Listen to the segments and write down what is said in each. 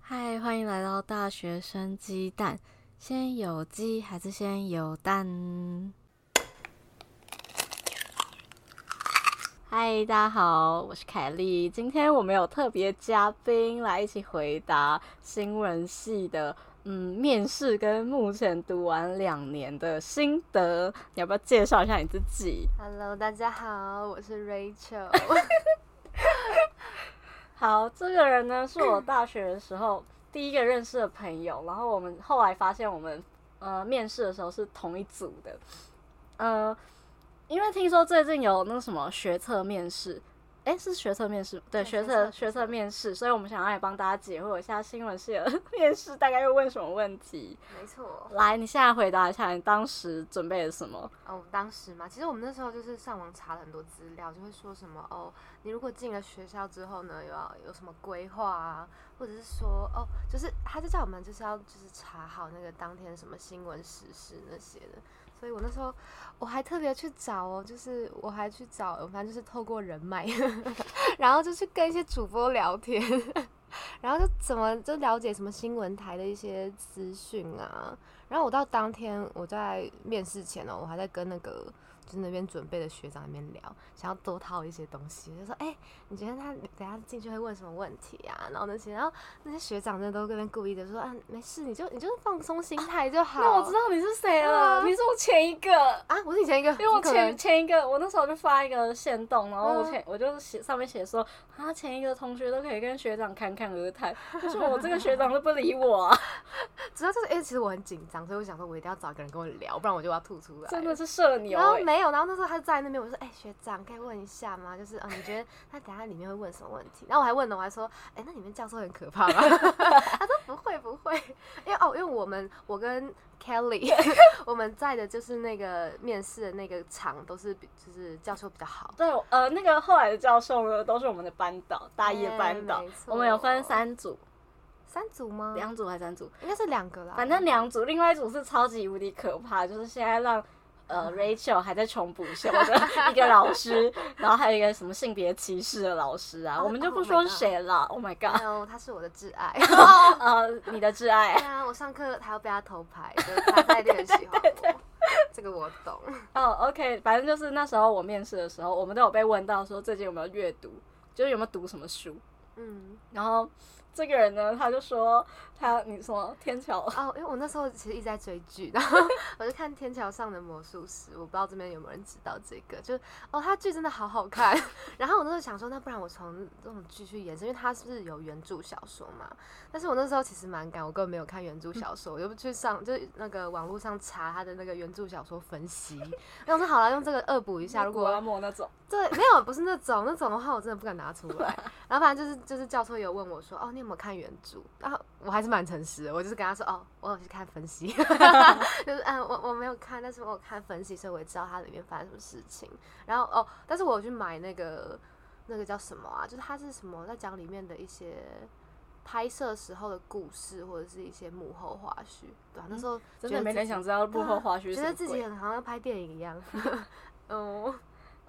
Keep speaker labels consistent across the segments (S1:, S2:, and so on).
S1: 嗨，欢迎来到大学生鸡蛋，先有鸡还是先有蛋？嗨，大家好，我是凯莉。今天我们有特别嘉宾来一起回答新闻系的嗯面试跟目前读完两年的心得。你要不要介绍一下你自己？
S2: Hello，大家好，我是 Rachel。
S1: 好，这个人呢是我大学的时候第一个认识的朋友，然后我们后来发现我们呃面试的时候是同一组的，呃，因为听说最近有那什么学测面试，诶，是学测面试吗，对，
S2: 对
S1: 学
S2: 学
S1: 测
S2: 测
S1: 学测面试，所以我们想要来帮大家解惑一下新闻系的 面试大概会问什么问题。
S2: 没错，
S1: 来，你现在回答一下，你当时准备了什么？
S2: 哦，当时嘛，其实我们那时候就是上网查了很多资料，就会说什么哦，你如果进了学校之后呢，有要有什么规划啊，或者是说哦，就是他就叫我们就是要就是查好那个当天什么新闻时事那些的。所以我那时候我还特别去找哦，就是我还去找，反正就是透过人脉， 然后就去跟一些主播聊天， 然后就怎么就了解什么新闻台的一些资讯啊，然后我到当天我在面试前哦，我还在跟那个就是那边准备的学长那边聊，想要多套一些东西，就说哎、你觉得他等下进去会问什么问题啊？然后那些，然后那些学长真的都跟那边故意的说啊，没事，你就你就放松心态就好。
S1: 那我知道你是谁了，
S2: 对啊
S1: 你是我前一个。
S2: 啊，我是以前一个，
S1: 因为我
S2: 你可能
S1: 前前一个，我那时候就发一个线动，然后我
S2: 嗯
S1: 前、我就写上面写说，啊前一个同学都可以跟学长侃侃而谈，就是我这个学长都不理我、 啊，
S2: 主要就是因为哎其实我很紧张，所以我想说我一定要找一个人跟我聊，不然我就要吐出来。
S1: 真的。是社牛、
S2: 然后
S1: 欸。
S2: 没有，然后那时候他就在那边，我就说：“哎、学长，可以问一下吗？就是啊、呃你觉得他等下里面会问什么问题？”然后我还问了，我还说：“哎、那里面教授很可怕吗？” 他说：“不会，不会，因为哦，因为我们我跟 Kelly 我们在的就是那个面试的那个场都是比就是教授比较好，
S1: 对，呃，那个后来的教授呢，都是我们的班导，大一的班导
S2: 哎没，错嗯
S1: 我们有分三组，
S2: 三组吗？
S1: 两组还是三组，
S2: 应该是两个啦，
S1: 反正两组，另外一组是超级无敌可怕，就是现在让
S2: 嗯
S1: 呃 Rachel 还在重补修的一个老师， 然后还有一个什么性别歧视的老师啊，
S2: 哦
S1: 我们就
S2: 哦
S1: 不
S2: my
S1: 说是
S2: god
S1: 谁了，Oh my god，
S2: 没有，他是我的挚 爱。”
S1: 呃，
S2: 哦
S1: 你的挚爱
S2: 对。啊，我上课还要被他偷拍，就是他在练习好我，这个我懂。
S1: 哦、o k 反正就是那时候我面试的时候，我们都有被问到说最近有没有阅读，就是有没有读什么书。
S2: 嗯，
S1: 然后这个人呢，他就说他你说天桥，
S2: 哦，因为我那时候其实一直在追剧，然后我就看《天桥上的魔术师》，我不知道这边有没有人知道这个，就哦，他剧真的好好看。 然后我那时候想说，那不然我从这种剧去延伸，因为他是不是有原著小说嘛？但是我那时候其实蛮赶，我根本没有看原著小说，我就去上就是那个网络上查他的那个原著小说分析。然后我说好了，用这个恶补一 下，如
S1: 古
S2: 果
S1: 阿莫那种，
S2: 对，没有，不是那种，那种的话我真的不敢拿出 来。然后反正就是就是教授有问我说，哦，你有没有看原著？然后我还是蛮诚实的，我就是跟他说，哦，我有去看分 析， 就是嗯，我我没有看，但是我有看分析，所以我也知道它里面发生什么事情。然后哦，但是我有去买那个那个叫什么啊？就是它是什么在讲里面的一些。拍摄时候的故事，或者是一些幕后花絮，对啊，那时候
S1: 嗯真
S2: 觉
S1: 的
S2: 得
S1: 没
S2: 自
S1: 人
S2: 己
S1: 想知道幕后花絮是
S2: 啊觉
S1: 什么
S2: 得
S1: 鬼。
S2: 自己很好像拍电影一 样。哦，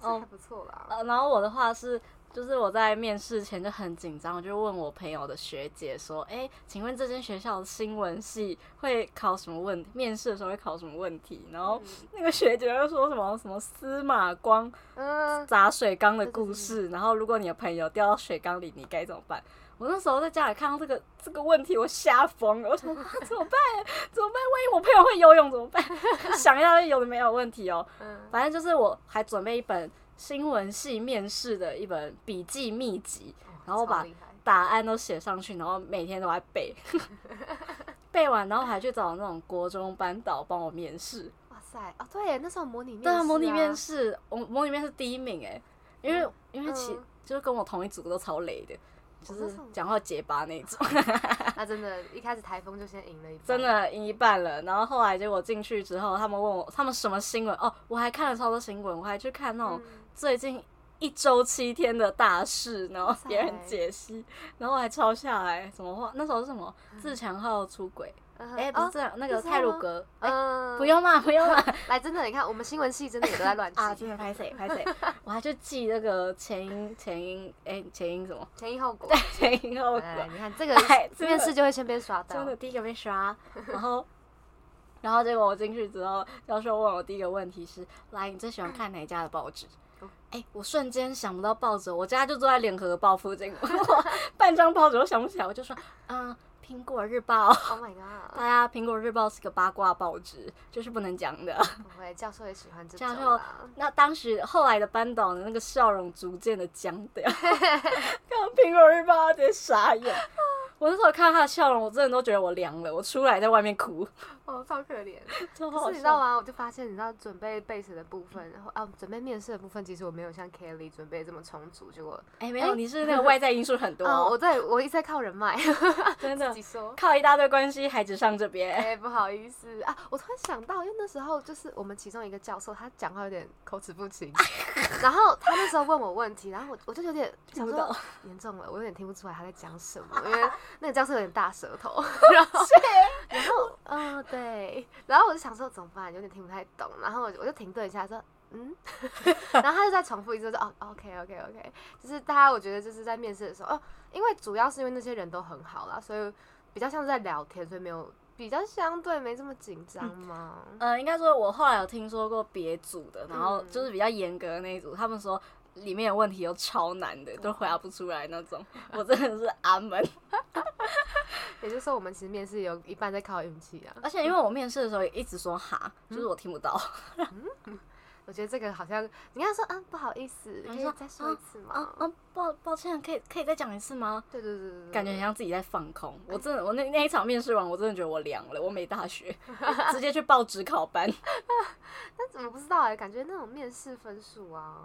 S1: 哦
S2: 这还不错啦。
S1: 呃，然后我的话是，就是我在面试前就很紧张，我就问我朋友的学姐说：“哎、请问这间学校的新闻系会考什么问题？面试的时候会考什么问题？”然后那个学姐就说什么什么司马光
S2: 嗯，
S1: 砸水缸的故事，然后如果你的朋友掉到水缸里，你该怎么办？我那时候在家里看到这个这个问题，我吓疯了，我想、啊、怎么办？怎么办？万一我朋友会游泳怎么办？ 想一下就有的没有问题哦。
S2: 嗯，
S1: 反正就是我还准备一本新闻系面试的一本笔记秘籍，然后把
S2: 超厉害
S1: 答案都写上去，然后每天都在背， 背完然后还去找那种国中班导帮我面试。
S2: 哇塞，哦对耶，那时候模拟面试、
S1: 对啊，模拟面
S2: 试，
S1: 试，我模拟面试第一名哎、因为、
S2: 嗯
S1: 因为其、
S2: 嗯哦
S1: 就是跟我同一组都超累的，就
S2: 那
S1: 是
S2: 时候
S1: 讲话结巴那一 种，
S2: 那真的，一开始台风就先赢了一半，
S1: 真的赢一半了。然后后来结果进去之后，他们问我他们什么新闻哦，我还看了超多新闻，我还去看那种
S2: 嗯。
S1: 最近一周七天的大事，然后
S2: 哇塞
S1: 别人解析，然后我还抄下来。什么话？那时候是什么？自强号出轨，
S2: 嗯嗯哼
S1: 哎、不是
S2: 哦
S1: 这样，那个
S2: 是这
S1: 泰
S2: 样
S1: 鲁
S2: 吗
S1: 格，哎、
S2: 嗯，
S1: 不用啦，不用啦，
S2: 来，真的，你看我们新闻系真的也都在乱
S1: 啊，
S2: 记，
S1: 真的拍谁拍谁， 我还去记那个前因前因，哎、前因什么？
S2: 前因后果。
S1: 前因后果。
S2: 来，来你看这个
S1: 哎真的
S2: 面试就会先被刷到
S1: 真，的第一个被刷，然后，然后结果我进去之后，教授问我第一个问题是：来，你最喜欢看哪一家的报纸
S2: 哦？
S1: 哎、我瞬间想不到报纸，我家就住在联合报附近， 我半张报纸都想不起来，我就说，嗯，苹果日报。
S2: Oh my
S1: 大
S2: god！
S1: 家，苹果日报是个八卦报纸，就是不能讲的。
S2: 不会，教授也喜欢这
S1: 教
S2: 种
S1: 授
S2: 啦。
S1: 那当时后来的班导的那个笑容逐渐的僵掉，看到苹果日报他直接傻眼。我那时候看到他的笑容，我真的都觉得我凉了，我出来在外面哭。
S2: 哦，超可怜。
S1: 超
S2: 可
S1: 好
S2: 是你知道
S1: 笑。
S2: 吗？我就发现，你知道准备备审的部分，然后啊，准备面试的部分，其实我没有像 Kelly 准备这么充足。结果，
S1: 哎、没有，你是那个外在因素很 多，
S2: 啊，我在我一直在靠人脉，
S1: 真
S2: 自
S1: 的
S2: 己说。
S1: 靠一大堆关系还只上这 边。
S2: 哎、不好意思啊，我突然想到，因为那时候就是我们其中一个教授，他讲话有点口齿 不清，然后他那时候问我问题，然后我我就有点
S1: 听
S2: 想
S1: 不
S2: 说
S1: 懂
S2: 严重了，我有点听不出来他在讲什么，因为那个教授有点大舌头，然后然后嗯、对，然后我就想说怎么办，有点听不太懂，然后我就我就停顿一下说。 嗯，然后他就再重复一次说哦，OK OK OK，就是大家我觉得就是在面试的时候哦，因为主要是因为那些人都很好啦，所以比较像是在聊天，所以没有比较相对没这么紧张嘛。
S1: 呃，应该说，我后来有听说过别组的，然后
S2: 嗯
S1: 就是比较严格的那一组，他们说里面的问题都超难
S2: 哦
S1: 的，都回答不出来那种。我真的是阿 门。
S2: 也就是说，我们其实面试有一半在靠运气啊。
S1: 而且因为我面试的时候也一直说哈，就是我听不到。
S2: 我觉得这个好像你刚刚说啊，不好意思，可
S1: 你
S2: 以
S1: 说
S2: 再说一次
S1: 啊
S2: 吗？
S1: 啊，抱抱歉，可以可以再讲一次吗？
S2: 对对对对对，
S1: 感觉很像自己在放空。我真的，我那那一场面试完，我真的觉得我凉了，我没大 学，直接去报职考班。
S2: 但怎么不知道哎、感觉那种面试分数啊，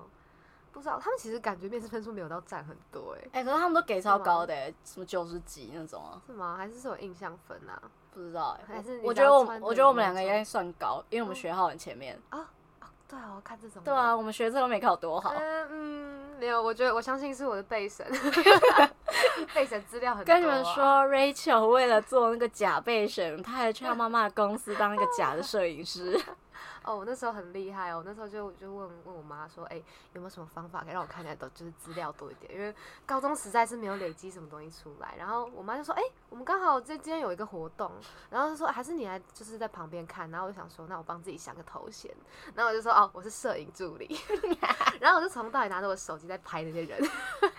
S2: 不知道他们其实感觉面试分数没有到占很多哎、
S1: 哎、可是他们都给超高的、欸，什么九十几那种啊，
S2: 是吗？还是是有印象分啊？
S1: 不知道哎、
S2: 还是你
S1: 我
S2: 只
S1: 觉
S2: 要
S1: 得我
S2: 穿着
S1: 我觉得我们
S2: 那
S1: 两个应
S2: 种嗯
S1: 该算高，因为我们学号很前面。
S2: 哦，对哦，看这种
S1: 对啊，我们学测都没考多好，
S2: 嗯嗯，没有，我觉得我相信是我的背审， 背审资料很 多、啊
S1: 跟你们，说，Rachel 为了做那个假备审，她还去她妈妈的公司当那个假的 摄影师。
S2: 哦，我那时候很厉害哦，我那时候就就问问我妈说，哎、有没有什么方法可以让我看起来都就是资料多一点？因为高中实在是没有累积什么东西出来。然后我妈就说，哎、我们刚好这今天有一个活动，然后就说还是你来就是在旁边看。然后我就想说，那我帮自己想个头衔，然后我就说，哦，我是摄影助理。 然后我就从头到尾拿着我手机在拍那些人。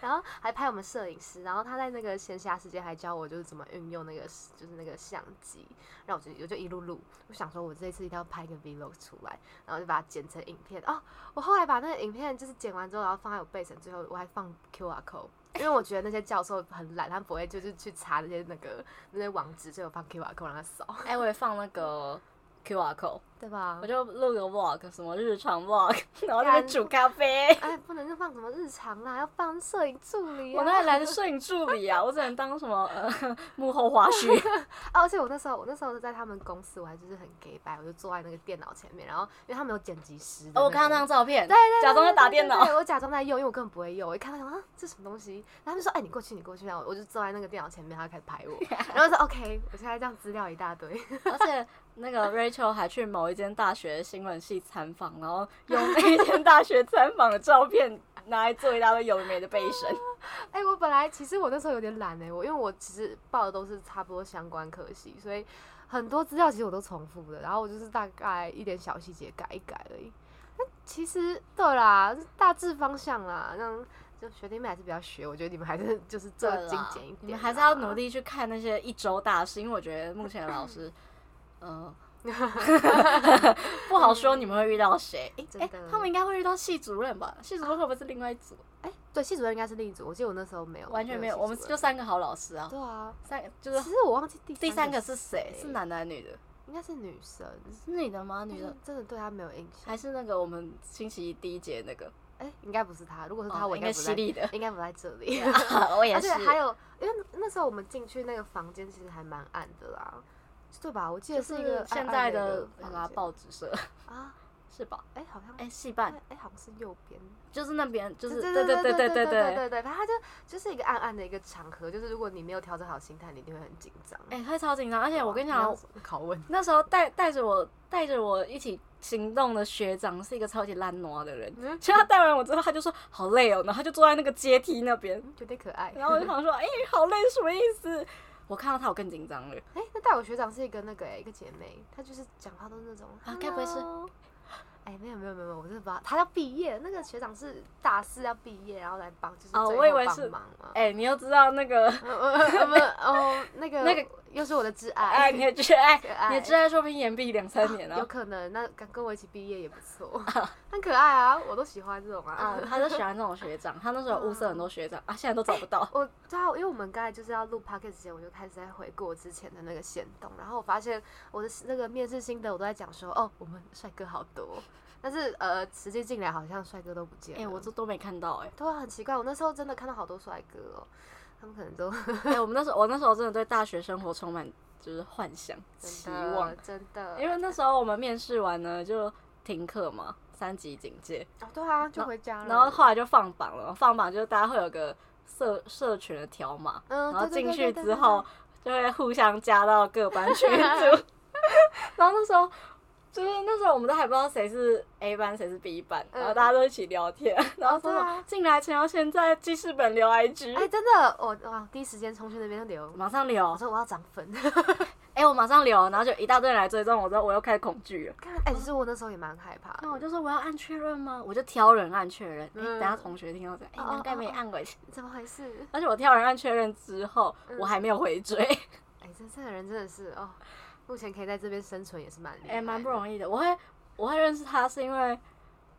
S2: 然后还拍我们摄影师，然后他在那个闲暇时间还教我就是怎么运用那个就是那个相机，然后我就我就一路录，我想说我这一次一定要拍一个 vlog 出来，然后就把它剪成影片哦。我后来把那个影片就是剪完之后，然后放在我背审，最后我还放 QR code，因为我觉得那些教授很懒，他不会就是去查那些那个那些网址，所以我放 QR code 让他扫，
S1: 哎、我也放那个 QR code，
S2: 对吧
S1: 我？就录个 vlog，什么日常 vlog，然 后在那边煮咖啡。
S2: 哎，不能就放什么日常啦，要放摄影助理、啊。
S1: 我 哪里来的摄影助理啊？我只能当什么呃幕后花絮。
S2: 啊，而且我那时候，我那时候在他们公司，我还就是很 gay 白，我就坐在那个电脑前面，然后因为他们有剪辑师的 那个、
S1: 哦，我看到那张照片，
S2: 对对对
S1: 假装在打
S2: 对对
S1: 电脑
S2: 对对我假装在用，因为我根本不会用。我一看到想啊，这什么东西？然后他们说，哎、你过去，你过去。然后我就坐在那个电脑前面，他就开始 拍我，然后说 OK，我现在这样资料一大堆，
S1: 而且那个 Rachel 还去某一间大学新闻系参访，然后用那一间大学参访的照片拿来做一大堆有的没的 备审。
S2: 哎、我本来其实我那时候有点懒哎、我因为我其实报的都是差不多相关科系，所以很多资料其实我都重复的，然后我就是大概一点小细节改一改而已。但其实对啦，是大致方向啦，让就学弟妹还是比较学，我觉得你们还是就是做
S1: 对啦
S2: 精简一点啦，
S1: 你们还是要努力去看那些一周大事，因为我觉得目前的老师， 嗯、不好说你们会遇到谁。诶
S2: 真
S1: 诶
S2: 的
S1: 他们应该会遇到系主任吧？系主任会不会是另外一组？
S2: 哎、对，系主任应该是另一组，我记得我那时候没有，
S1: 完全没有，
S2: 系
S1: 啊我们
S2: 主
S1: 就
S2: 任
S1: 三个好老师啊，
S2: 对啊。
S1: 三就是
S2: 其实我忘记第
S1: 第三
S2: 个
S1: 个是谁？是，男的还是女的？
S2: 应该是女生，
S1: 是女的吗？女
S2: 但
S1: 的
S2: 是真的对她没有印象。
S1: 还是那个我们星期一第一节那个？
S2: 哎、应该不是她，如果是她，
S1: 哦
S2: 我
S1: 应
S2: 应
S1: 该
S2: 该不
S1: 犀
S2: 在，，
S1: 利的
S2: 应该不在这里。
S1: 我
S2: 而
S1: 也
S2: 且
S1: 是。
S2: 还有，因为那时候我们进去那个房间其实还蛮暗的啦，对吧？我记得
S1: 就是
S2: 一个暗
S1: 现
S2: 暗
S1: 在
S2: 的
S1: 的
S2: 一个
S1: 那
S2: 房
S1: 个啊
S2: 间
S1: 报纸社，
S2: 啊，
S1: 是吧？
S2: 哎、好像
S1: 哎、戏
S2: 哎
S1: 办
S2: 哎、好像是右边，
S1: 就是那边，就是
S2: 对
S1: 对
S2: 对
S1: 对
S2: 对
S1: 对
S2: 对
S1: 对。
S2: 对对，反正它就就是一个暗暗的一个场合，就是如果你没有调整好心态，你一定会很紧张。
S1: 哎、会超紧张，而且我跟你讲，
S2: 拷问，
S1: 那时候带带着我带着我一起行动的学长是一个超级烂挪的人，
S2: 嗯
S1: 其实他带完我之后，他就说好累哦，然后他就坐在那个阶梯那边，
S2: 有点嗯可爱。
S1: 然后我就想说，哎、好累什么意思？我看到他，我更紧张了。
S2: 哎、那带我学长是一个那个、哎一个姐妹，她就是讲话都是那种
S1: 啊该不会是
S2: “Hello？” 哎、没有没有没有，我真的不知道。她要毕业，那个学长是大四要毕业，然后来帮，就是
S1: 哦
S2: 最
S1: 我以
S2: 后
S1: 为
S2: 帮
S1: 是
S2: 忙嘛。
S1: 哎、你又知道那个，
S2: 嗯嗯嗯嗯哦，那个
S1: 那个
S2: 又是我的挚
S1: 哎、
S2: 爱，
S1: 你也知哎，
S2: 可爱
S1: 你也知道，说不定延毕两三 年哦
S2: 有
S1: 了。
S2: 可能，那敢跟我一起毕业也不错，很可爱啊，我都喜欢这种啊
S1: 啊，。他就喜欢这种学长，他那时候有物色很多学 长啊，现在都找不到。
S2: 我知道，因为我们刚才就是要录 p o c k e t 之前，我就开始在回顾我之前的那个线动，然后我发现我的那个面试心得，我都在讲说，哦，我们帅哥好多，但是呃，实际进来好像帅哥都不见
S1: 哎、
S2: 了。
S1: 我这都没看到哎、
S2: 对啊，很奇怪，我那时候真的看到好多帅哥哦，他们可能 都
S1: 哎、我们那时候我那时候真的对大学生活充满就是幻想、期
S2: 真的
S1: 望，
S2: 真的，
S1: 因为那时候我们面试完呢就停课嘛，三级警戒，
S2: 哦对啊，就回家了，
S1: 然后后来就放榜了，放榜就是大家会有个社社群的条码，
S2: 嗯，
S1: 然后
S2: 对
S1: 进去之，
S2: 对对对对
S1: 后
S2: 对
S1: 就会互相加到各班群 组。然后那时候就是那时候我们都还不知道谁是 A 班谁是 B 班，
S2: 嗯
S1: 然后大家都一起聊天，然后说
S2: 对啊
S1: 进来前要先在记事本留 IG，、
S2: 哎，真的，我哇，第一时间冲去那边就 留，
S1: 马上
S2: 我
S1: 留，
S2: 说我要涨粉。
S1: 哎、我马上留，然后就一大堆人来追踪我，之后我又开始恐惧了。
S2: 看，哎、其实我那时候也蛮害怕的。
S1: 那我就说我要按确认吗？我就挑人按确认，哎、
S2: 嗯
S1: 等下同学听到这，哎、
S2: 哦哦
S1: 应该没按过去。
S2: 怎么回事？
S1: 而且我挑人按确认之后，我还没有回追，
S2: 哎、这这个人真的是哦，目前可以在这边生存也是蛮厉害的
S1: 哎，蛮不容易的。我会我会认识他是因为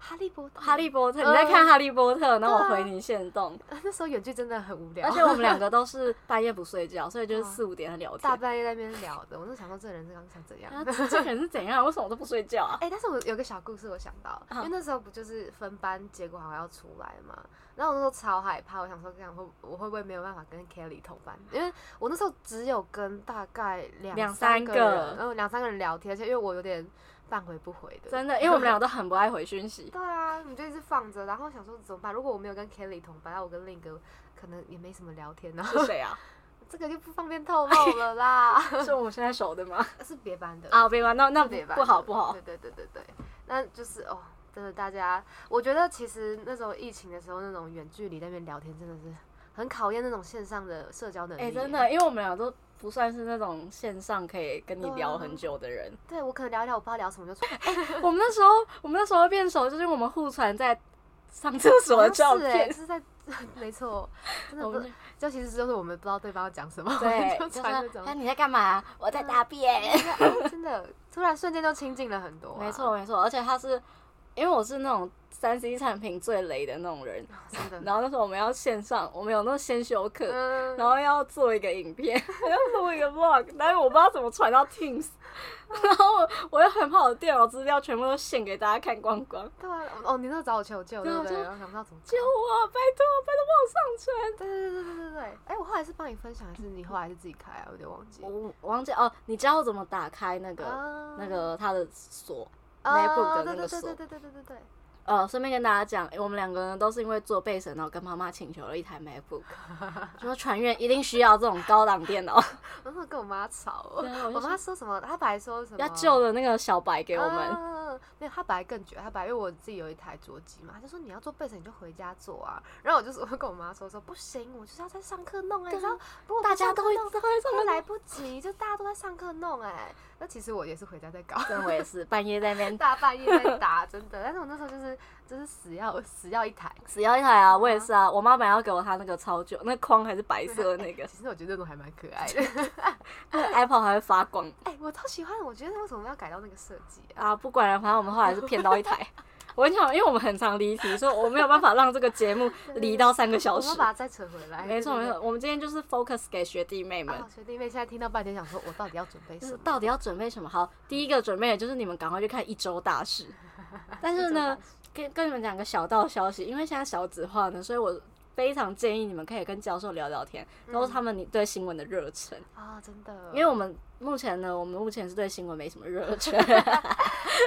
S2: 哈利波特，
S1: 哈利波特，
S2: 嗯
S1: 你在看哈利波特，然后我
S2: 对啊
S1: 回你线 动，
S2: 那时候远距真的很无聊，
S1: 而且我们两个都是半夜不睡觉，所以就是
S2: 哇
S1: 四五点聊
S2: 大
S1: 天。
S2: 半夜在那边聊的，我就想说这个人刚想怎样。
S1: 啊，这这个人是怎样？为什么我都不睡觉啊？
S2: 哎、但是我有个小故事，我想到，因
S1: 嗯
S2: 为那时候不就是分班结果好像要出来嘛，然后我那时候超害怕，我想说，这样会我会不会没有办法跟 Kelly 同班？因为我那时候只有跟大概两
S1: 两
S2: 三
S1: 三
S2: 个
S1: 个
S2: 人，然后两三个人聊天，而且因为我有点半回不回的，
S1: 真的，因为我们俩都很不爱回讯息。
S2: 对啊，你就一直放着，然后想说怎么办？如果我没有跟 Kelly 同班，那我跟另一个可能也没什么聊天，然 后
S1: 是谁啊？
S2: 这个就不方便透露了啦，
S1: 是我们现在熟的吗？
S2: 是别班的，
S1: 啊，别玩，那那
S2: 是别班
S1: 不好
S2: 的
S1: 不好。
S2: 对对对对对，那就是哦，真的大家，我觉得其实那时候疫情的时候，那种远距离在那边聊天真的是很考验那种线上的社交能力。啊
S1: 哎、真，的，因为我们俩都不算是那种线上可以跟你聊很久的人。
S2: 对我可能聊一聊，我不知道聊什么 就出哎 来，
S1: 我们那时候，我们那时候变熟，就是因为我们互传在上厕所的照
S2: 好像是哎，
S1: 片
S2: 就。是在， 没错，真的
S1: 我
S2: 不
S1: 们，
S2: 就其实就是我们不知道对方要讲什么，
S1: 对，
S2: 我 们
S1: 就
S2: 就传那
S1: 说
S2: 种
S1: 哎、。你在干嘛？我在大 便。
S2: 真的哎真的，突然瞬间就亲近了很多、啊
S1: 没，错没错，而且他是因为我是那种三 C 产品最雷的那种人，
S2: 真的。
S1: 然后那时候我们要线上，我们有那种先修课。
S2: 嗯，
S1: 然后要做一个影片， 要录一个 vlog，但是我不知道怎么传到 Teams，然 后我我又很怕我的电脑资料全部都献给大家看光光，
S2: 对啊，哦，你那时候找我求救，
S1: 对
S2: 对不
S1: 我
S2: 对？
S1: 就
S2: 然后想不到怎么
S1: 救我！拜托，拜托帮我上传。
S2: 对对对对对对。哎，我后来是帮你分享，还是你后来是自己开啊？我有点忘记。
S1: 我我忘记哦，你知道怎么打开那个、
S2: 啊
S1: 那个它的锁？
S2: 啊
S1: MacBook 的那个
S2: 对
S1: 锁
S2: 对对对对对对对。
S1: 呃，顺便跟大家讲，诶我们两个人都是因为做备审，然后跟妈妈请求了一台 MacBook，就说船员一定需要这种高档电脑，
S2: 然后跟我妈吵，
S1: 对啊我就
S2: 我妈说什么？她本来说什么
S1: 要救的那个小白给我们。
S2: 啊没有，她本来更绝，她本来因为我自己有一台桌机嘛，她就说你要做备审你就回家做啊。然后我就说跟我妈说说不行，我就是要在上课弄啊，你知道，如果不
S1: 大家
S2: 上课
S1: 都会
S2: 弄
S1: 都会这
S2: 会
S1: 么
S2: 来不及，就大家都在上课弄哎、那其实我也是回家在搞，
S1: 真我也是半夜在那边
S2: 大半夜在打，真的。但是我那时候就是就是死要死要一台。
S1: 死要一台啊！我也是啊，我妈本来要给我她那个超旧，那框还是白色的那个，
S2: 其实我觉得那种还蛮可爱的。
S1: 那个 iPod 还会发光
S2: 哎、我超喜欢，我觉得为什么要改到那个设计啊？
S1: 啊！不管了，反正我们后来是骗到一台。 我跟你讲，因为我们很常离题，所以我没有办法让这个节 目离到三个小
S2: 我
S1: 时
S2: 们。把它再扯回来。
S1: 没错
S2: 对
S1: 没
S2: 对
S1: 错，我们今天就是 focus 给学弟妹
S2: 对
S1: 们
S2: 啊，，学弟妹现在听到半天想说，我到底要准备
S1: 就
S2: 什
S1: 是
S2: 么？
S1: 到底要准备什么？好，第一个准备的就是你们赶快去看一周大 事。但是呢，跟跟你们讲个小道消息，因为现在小子化呢，所以我。非常建议你们可以跟教授聊聊天，都
S2: 嗯
S1: 是他们你对新闻的热忱。
S2: 啊、真的，
S1: 因为我们目前呢，我们目前是对新闻没什么热 忱，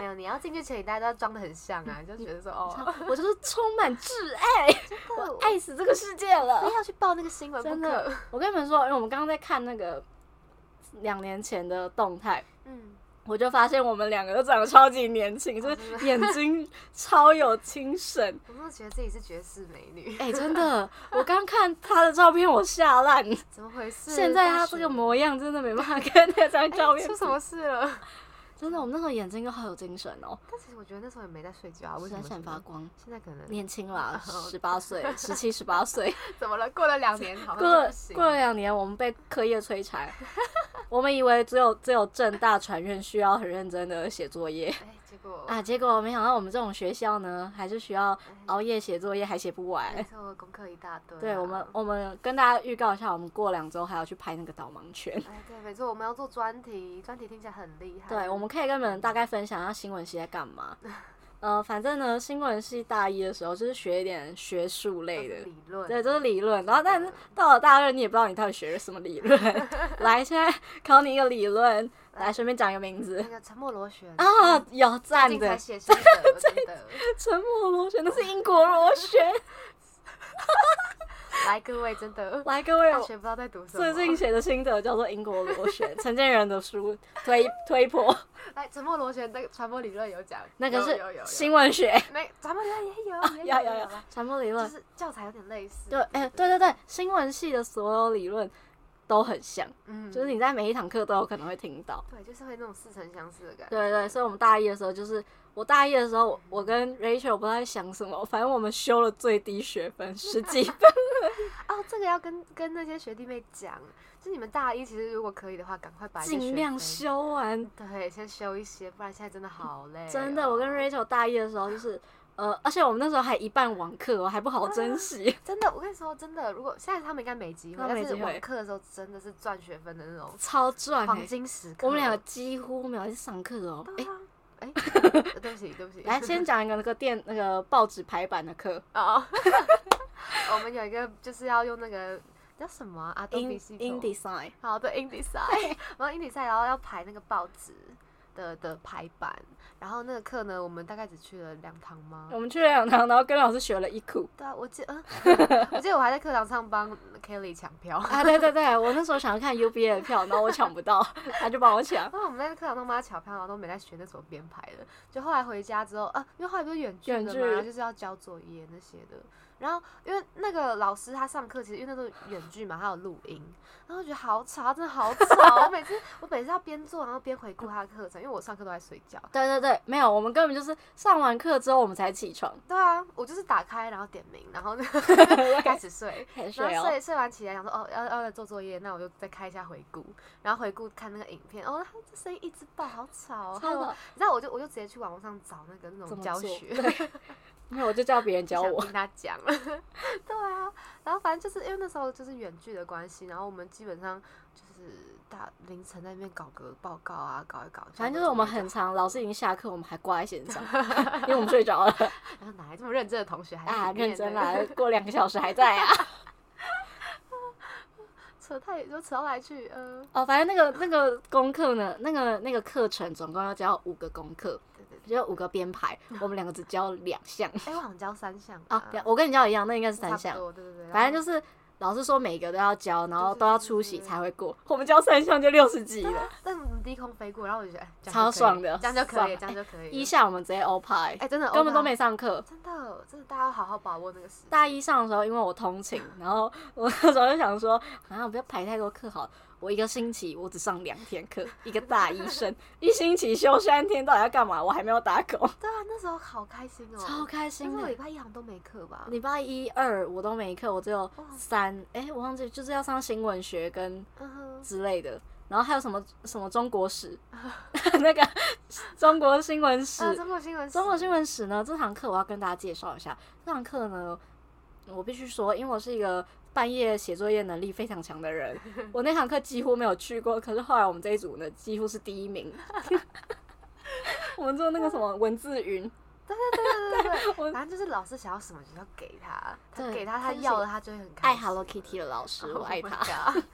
S2: 没有你要进去前，大家都要装的很像 啊，就觉得说哦，
S1: 我就是充满挚爱，我
S2: 哎
S1: 爱死这个世界了
S2: 不。要去报那个新闻，不
S1: 真
S2: 可
S1: 的，我跟你们说，因为我们刚刚在看那个两年前的动态，
S2: 嗯，
S1: 我就发现我们两个都长得超级年轻，就
S2: 哦
S1: 是眼睛超有精 神。
S2: 我真的觉得自己是绝世美女，
S1: 哎、真的，我刚看 他的照片，我吓烂。
S2: 怎么回事？
S1: 现在他这个模样，真的没办法跟那张
S2: 大学
S1: 照
S2: 哎
S1: 片
S2: 出
S1: 比。
S2: 什么事了？
S1: 真的，我们那时候眼睛都好有精神哦，
S2: 但其实我觉得那时候也没在睡觉啊，为什
S1: 闪
S2: 么哦
S1: 闪发？光。
S2: 现在可能
S1: 年轻啦，十八岁，十七、十八岁，
S2: 怎么了？过了两年， 好像
S1: 过了
S2: 不行
S1: 过了两年，我们被课业摧残。 我们以为只有只有正大传院需要很认真的写作业
S2: 哎，结果
S1: 啊，结果没想到我们这种学校呢，还是需要
S2: 嗯
S1: 熬夜写作业，还写不
S2: 没
S1: 完。
S2: 错，功课一大堆啊。
S1: 对我们，我们跟大家预告一下，我们过两周还要去拍那个导盲 犬。
S2: 哎，对，没错，我们要做专题，专题听起来很厉害。
S1: 对，我们可以跟你们大概分享一下新闻系在干 嘛。呃，反正呢，新闻系大一的时候就是学一点学术
S2: 都
S1: 类
S2: 是
S1: 的，
S2: 哦理论，嗯
S1: 对，就是理论。然后，但是到了大二，你也不知道你到底学了什么理 论。来，现在考你一个理
S2: 嗯
S1: 论，来顺便讲一个名字
S2: 那个沉默螺旋
S1: 啊，有赞
S2: 最近才
S1: 的
S2: 写心得，真的。
S1: 沉默螺旋，那是英国螺 旋。
S2: 来，各位，真的，
S1: 来，各位
S2: 大，学不知道在读什么。
S1: 最近写的心得叫做《英国螺旋》，陈建仁的书推推破，
S2: 来沉默螺旋那个传播理论有讲，
S1: 那个
S2: 有有有
S1: 是
S2: 有
S1: 新啊闻学，
S2: 那传播理论也有，也
S1: 有
S2: 有
S1: 有有
S2: 啦
S1: 传播理
S2: 就
S1: 论。
S2: 是教材有点类
S1: 嗯
S2: 似。
S1: 对，哎、对对对，新闻系的所有理论都很像，
S2: 嗯，
S1: 就是你在每一堂课都有可能会听到。
S2: 对，就是会那种似曾相识的感觉。
S1: 对对，所以我们大一的时候，就是我大一的时候，我我跟 Rachel 不知道在想什么，反正我们修了最低学 分十几分。
S2: 哦，这个要跟跟那些学弟妹讲，就是你们大一其实如果可以的话，赶快把一些学
S1: 尽量
S2: 分。
S1: 修完。
S2: 对，先修一些，不然现在真的好累哦、
S1: 真的，我跟 Rachel 大一的时候就是，呃，而且我们那时候还一半网课哦，还不 好珍惜。
S2: 真的，我跟你说，真的，如果现在他们应该没机
S1: 他
S2: 会，
S1: 们没
S2: 但是
S1: 机会
S2: 网课的时候真的是赚学分的那种
S1: 超 赚、
S2: 黄
S1: 欸！
S2: 金时刻。
S1: 我们两个几乎没有去上课哦。哎、
S2: 对啊， 哎、对不起，对不起，
S1: 来先讲一个那个电那个报纸排版的课，
S2: 哦， 我们有一个就是要用那个叫什么啊，Adobe
S1: in
S2: 系统
S1: in design。
S2: 好对 InDesign，然后 InDesign，然后要排那个报纸的的排版，然后那个课呢，我们大概只去了两堂吗？
S1: 我们去了两堂，然后跟老师学了一苦
S2: 对啊，我记，嗯， 我记得我还在课堂上帮 Kelly 抢票。
S1: 啊！对对对，我那时候想要看 UBA 的票，然后我抢不到， 他就帮我抢。
S2: 然后我们在课堂上帮他抢票，然后都没在学那怎么编排的。就后来回家之后，啊，因为后来不是远距的
S1: 远
S2: 嘛，
S1: 距
S2: 就是要交作业那些的。然后因为那个老师他上课其实因为那时候远距嘛，他有录音，然后我觉得好吵，真的好吵。我每次 我每次要边做然后边回顾他的课程，因为我上课都在睡觉。
S1: 对对对，没有，我们根本就是上完课之后我们才起床，
S2: 对啊，我就是打开然后点名，然后呢开始睡。
S1: 开始睡
S2: 然后
S1: 哦。
S2: 睡睡完起来，想说哦要要来做作业，那我就再开一下回顾，然后回顾看那个影片，哦，他这声音一直爆，好吵、哦，
S1: 真的，
S2: 你知道，我就我就直接去网络上找那个
S1: 怎
S2: 那种
S1: 么
S2: 教
S1: 做
S2: 学，
S1: 没有，我就叫别人教
S2: 想
S1: 我。
S2: 听他讲 了。对啊，然后反正就是因为那时候就是远距的关系，然后我们基本上就是大凌晨在那边搞个报告啊，搞一搞。
S1: 反正就是我们很长，老师已经下课，我们还挂在线上， 因为我们睡着了
S2: 然后哎哪来这么认真的同学还在
S1: 啊，
S2: 里面
S1: 认真
S2: 呢
S1: 啦，，过两个小时还在啊。
S2: 扯太就扯到来去，呃，
S1: 哦，反正那个那个功课呢，那个那个课程总共要教五个功课，
S2: 对对对，
S1: 就有五个编 排，我们两个只教两项
S2: 哎、我好像教三项
S1: 啊，对我跟你教的一样，那应该是
S2: 差
S1: 三
S2: 不
S1: 项。
S2: 多，对对对，
S1: 反正
S2: 是
S1: 就是老师说每个都要交，然后
S2: 对对
S1: 都要
S2: 对
S1: 出
S2: 对
S1: 席
S2: 对
S1: 才会过。我们交三项就六十几了，
S2: 啊但我们低空飞过，然后我就觉得哎，这样就
S1: 超
S2: 可以
S1: 爽的
S2: 这样就可以，
S1: 爽
S2: 这样就可以了，
S1: 一下我们直接欧派
S2: 哎、，真的
S1: 根本都。
S2: 欧巴
S1: 没上课。
S2: 真的，真的，大家要好好把握那个时间。
S1: 大一上的时候，因为我通勤，然后我那时候就想说，啊，不要排太多课好了，我一个星期我只上两天 课，一个大一生一星期休三天，到底要干嘛？我还没有打工，
S2: 对啊，那时候好开心哦，
S1: 超开心
S2: 那时候
S1: 的
S2: 礼。拜一好像都没课吧？
S1: 礼拜一、二我都没课，我只有
S2: 哇
S1: 三，哎、我忘记就是要上新闻学跟
S2: 嗯哼，
S1: 之类的，然后还有什么什么中国 史，那个中国新闻史，
S2: 啊，中国新闻，
S1: 中国新，闻史呢？这堂课我要跟大家介绍一下，这堂课呢，我必须说，因为我是一个半夜写作业能力非常强的 人，我那堂课几乎没有去过，可是后来我们 这一组呢，几乎是第一名。我们做那个什么文字云，
S2: 对对对对对
S1: 我
S2: 对，反正就是老师想要什么就要给他，他
S1: 对
S2: 给他
S1: 他
S2: 他
S1: 就是
S2: 要了他就会很开
S1: 爱
S2: 心。
S1: 哎
S2: 啊
S1: Hello Kitty 的老师，我爱
S2: Oh
S1: 他
S2: my。god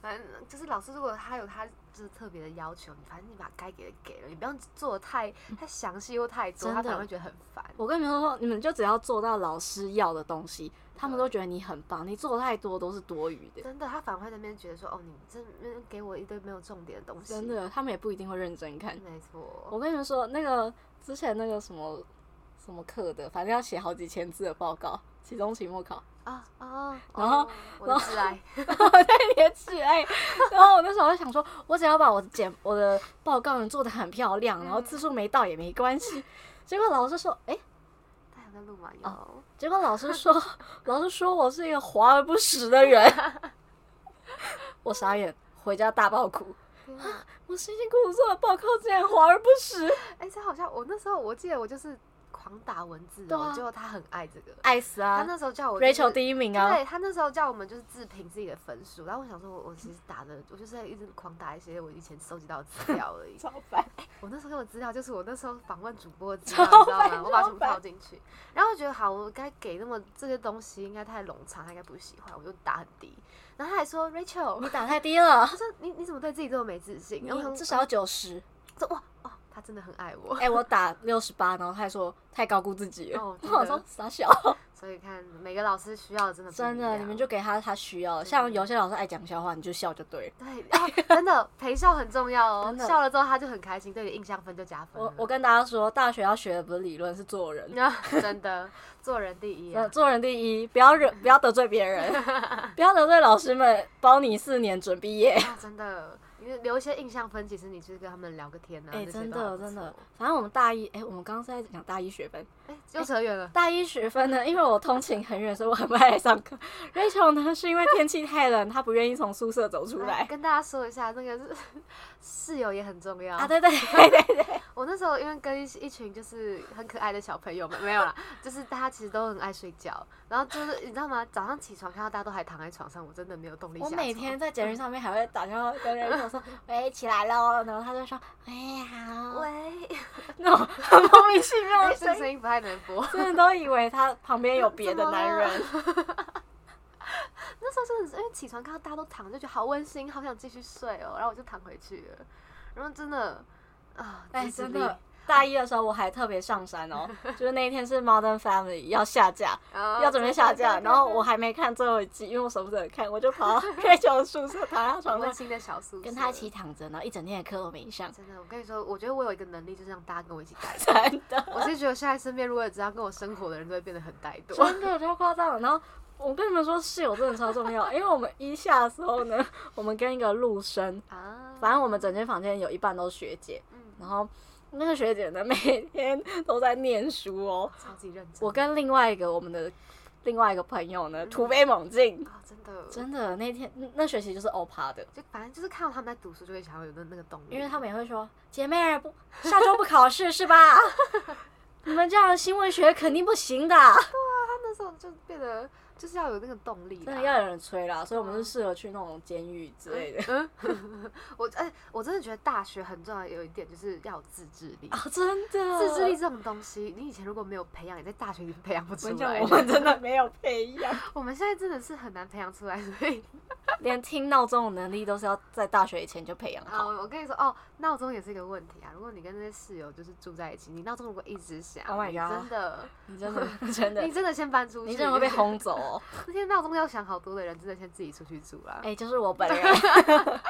S2: 反正就是老师，如果他有他就是特别的要求，你反正你把该给的给了，你不要做的太太详细或太多，
S1: 真
S2: 他
S1: 的
S2: 反而会觉得很烦。
S1: 我跟你们说，你们就只要做到老师要的东西，他们都觉得你很棒。你做太多都是多余的，
S2: 真的，他反而会在那边觉得说，哦，你这边给我一堆没有重点的东西。
S1: 真，的，他们也不一定会认真看。
S2: 没错。
S1: 我跟你们说，那个之前那个什么什么课的，反正要写好几千字的报告，期中、期末考，
S2: 啊啊！
S1: 然后
S2: 哦我的挚爱，
S1: 也是哎。然后我那时候就想说，我只要把我的简我的报告能做得很漂亮，然后字数没到也没关系。结果老师说，哎、
S2: 他有在录吗？有。
S1: 结果老师说， 老师说我是一个华而不实的人， 我傻眼，回家大爆哭。
S2: 天啊！
S1: 我辛辛苦苦做的报告竟然华而不实，
S2: 哎，这好像我那时候，我记得我就是狂打文字
S1: 对啊
S2: 哦，结果他很爱这个。
S1: 爱死
S2: 他
S1: 啊
S2: 那时候叫我就是
S1: ！Rachel 第一名啊，。
S2: 对他那时候叫我们就是自评自己的分数，然后我想说我，我其实打的，我就是在一直狂打一些我以前收集到的资料而已
S1: 超烦。
S2: 我那时候用的资料就是我那时候访问主播的资
S1: 超
S2: 料，你知道
S1: 烦
S2: 吗？我把
S1: 超
S2: 全部套
S1: 烦
S2: 进去，然后我觉得好，我该给那么这些东西应该太冗长，他应该不喜欢，我就打很低。然后他还说 Rachel，
S1: 你打太低了，
S2: 他说你你怎么对自己这么没自信？然后我想
S1: 你至少要九十。
S2: 说哇哦，他真的很爱 我。
S1: 哎，我打六十八，然后他还说太高估自己了我
S2: 哦。真的
S1: 想说傻 小，
S2: 所以看每个老师需要的真的不
S1: 真
S2: 一
S1: 的，
S2: 样
S1: 你们就给他他需要的。像有些老师爱讲笑话，你就笑就对了。
S2: 对、哦，真的陪笑很重要哦
S1: 真，的
S2: 笑了之后他就很开心，对你印象分就加分了。
S1: 我我跟大家说，大学要学的不是理论，是做人。
S2: 那真的做人第一、
S1: 呃，
S2: 啊，
S1: 做人第一，不要惹，不要得罪别 人，不要得罪老师们，包你四年准毕业。
S2: 啊真的，因为留一些印象分，其实你去跟他们聊个天啊，
S1: 哎、
S2: 这些
S1: 真
S2: 都还
S1: 的
S2: 不错
S1: 真的，，反正我们大一，哎、我们刚刚是在讲大一学分，
S2: 哎、又扯远了。
S1: 大一学分呢，因为我通勤很远，所以我很不爱来上课。Rachel 呢，是因为天气太冷，她不愿意从宿舍走出
S2: 哎
S1: 来。
S2: 跟大家说一下，那个是室友也很重要。
S1: 啊，对对对对，
S2: 我那时候因为跟一一群就是很可爱的小朋友们，没有啦，就是大家其实都很爱睡觉，然后就是你知道吗？早上起床看到大家都还躺在床上，我真的没有动力下
S1: 我
S2: 床。
S1: 每天在捷运上面还会打电话跟 Rachel 说：“喂，起来喽！”然后她就说：“喂，好。
S2: 喂，”
S1: 那种很 莫名其妙
S2: 哎
S1: 的
S2: 这
S1: 声
S2: 个
S1: 音，
S2: 声音不太能播。
S1: 真的都以为她旁边有别的男人。
S2: 那时候真的是因为起床看到大家都躺，就觉得好温馨，好想继续睡哦，然后我就躺回去了。然后真的啊，
S1: 哎，
S2: 自制
S1: 真
S2: 力
S1: 的，，大一的时候我还特别上山 哦，就是那一天是 Modern Family 要下架，
S2: 啊
S1: 要准备下架，
S2: 对对对
S1: 然后 我还没看最后一集，因为我舍不得看，我就跑 到 Rachel 的宿舍，躺在
S2: 很
S1: 床
S2: 温
S1: 上
S2: 馨的小宿舍，
S1: 跟他一起。躺着，然后一整天的课都没上，
S2: 真的，我跟你说，我觉得我有一个能力，就是让大家跟我一起 待着。
S1: 真的，
S2: 我是觉得现在身边如果有只要跟我生活的人，都会变得很怠 惰。
S1: 真的超夸张的。然后我跟你们说，室友真的超重要，因为我们一下的时候呢，我们跟一个陆生，
S2: 啊，
S1: 反正我们整间房间有一半都是学姐，
S2: 嗯，
S1: 然后那个学姐呢每天都在念书哦，
S2: 超级认真。
S1: 我跟另外一个我们的另外一个朋友呢，突飞猛进，
S2: 啊，真的，
S1: 嗯真的那天那学期就是欧趴的，
S2: 就反正就是看到他们在读书，就会想要有那那个动力。
S1: 因为他们也会说姐妹儿不下周不考试是吧？ 你们这样新闻学肯定不行 的，
S2: 他那时候就变得就是要有那个动力啦，
S1: 真的要有人催啦，所以我们是适合去那种监狱之类的
S2: 我哎、我真的觉得大学很重要，有一点就是要有自制力。
S1: 啊，真的
S2: 自制力。这种东西，你以前如果没有培养，你在大学已经培养不
S1: 我
S2: 出
S1: 跟你讲，
S2: 来
S1: 我
S2: 了。
S1: 们真的没有培养，
S2: 我们现在真的是很难培养出来，所以
S1: 连听闹钟的能力都是要在大学以前就培养
S2: 啊，
S1: 好。
S2: 我我跟你说哦，闹钟也是一个问题啊。如果你跟那些室友就是住在一起，你闹钟如果一直响
S1: Oh my
S2: 你
S1: god
S2: 真的，
S1: 你真 的真的
S2: 你，真的先搬出去，
S1: 你真的会被。轰走 哦！
S2: 那些闹钟要响好多的人，真的先自己出去住啦，
S1: 哎，就是我本人，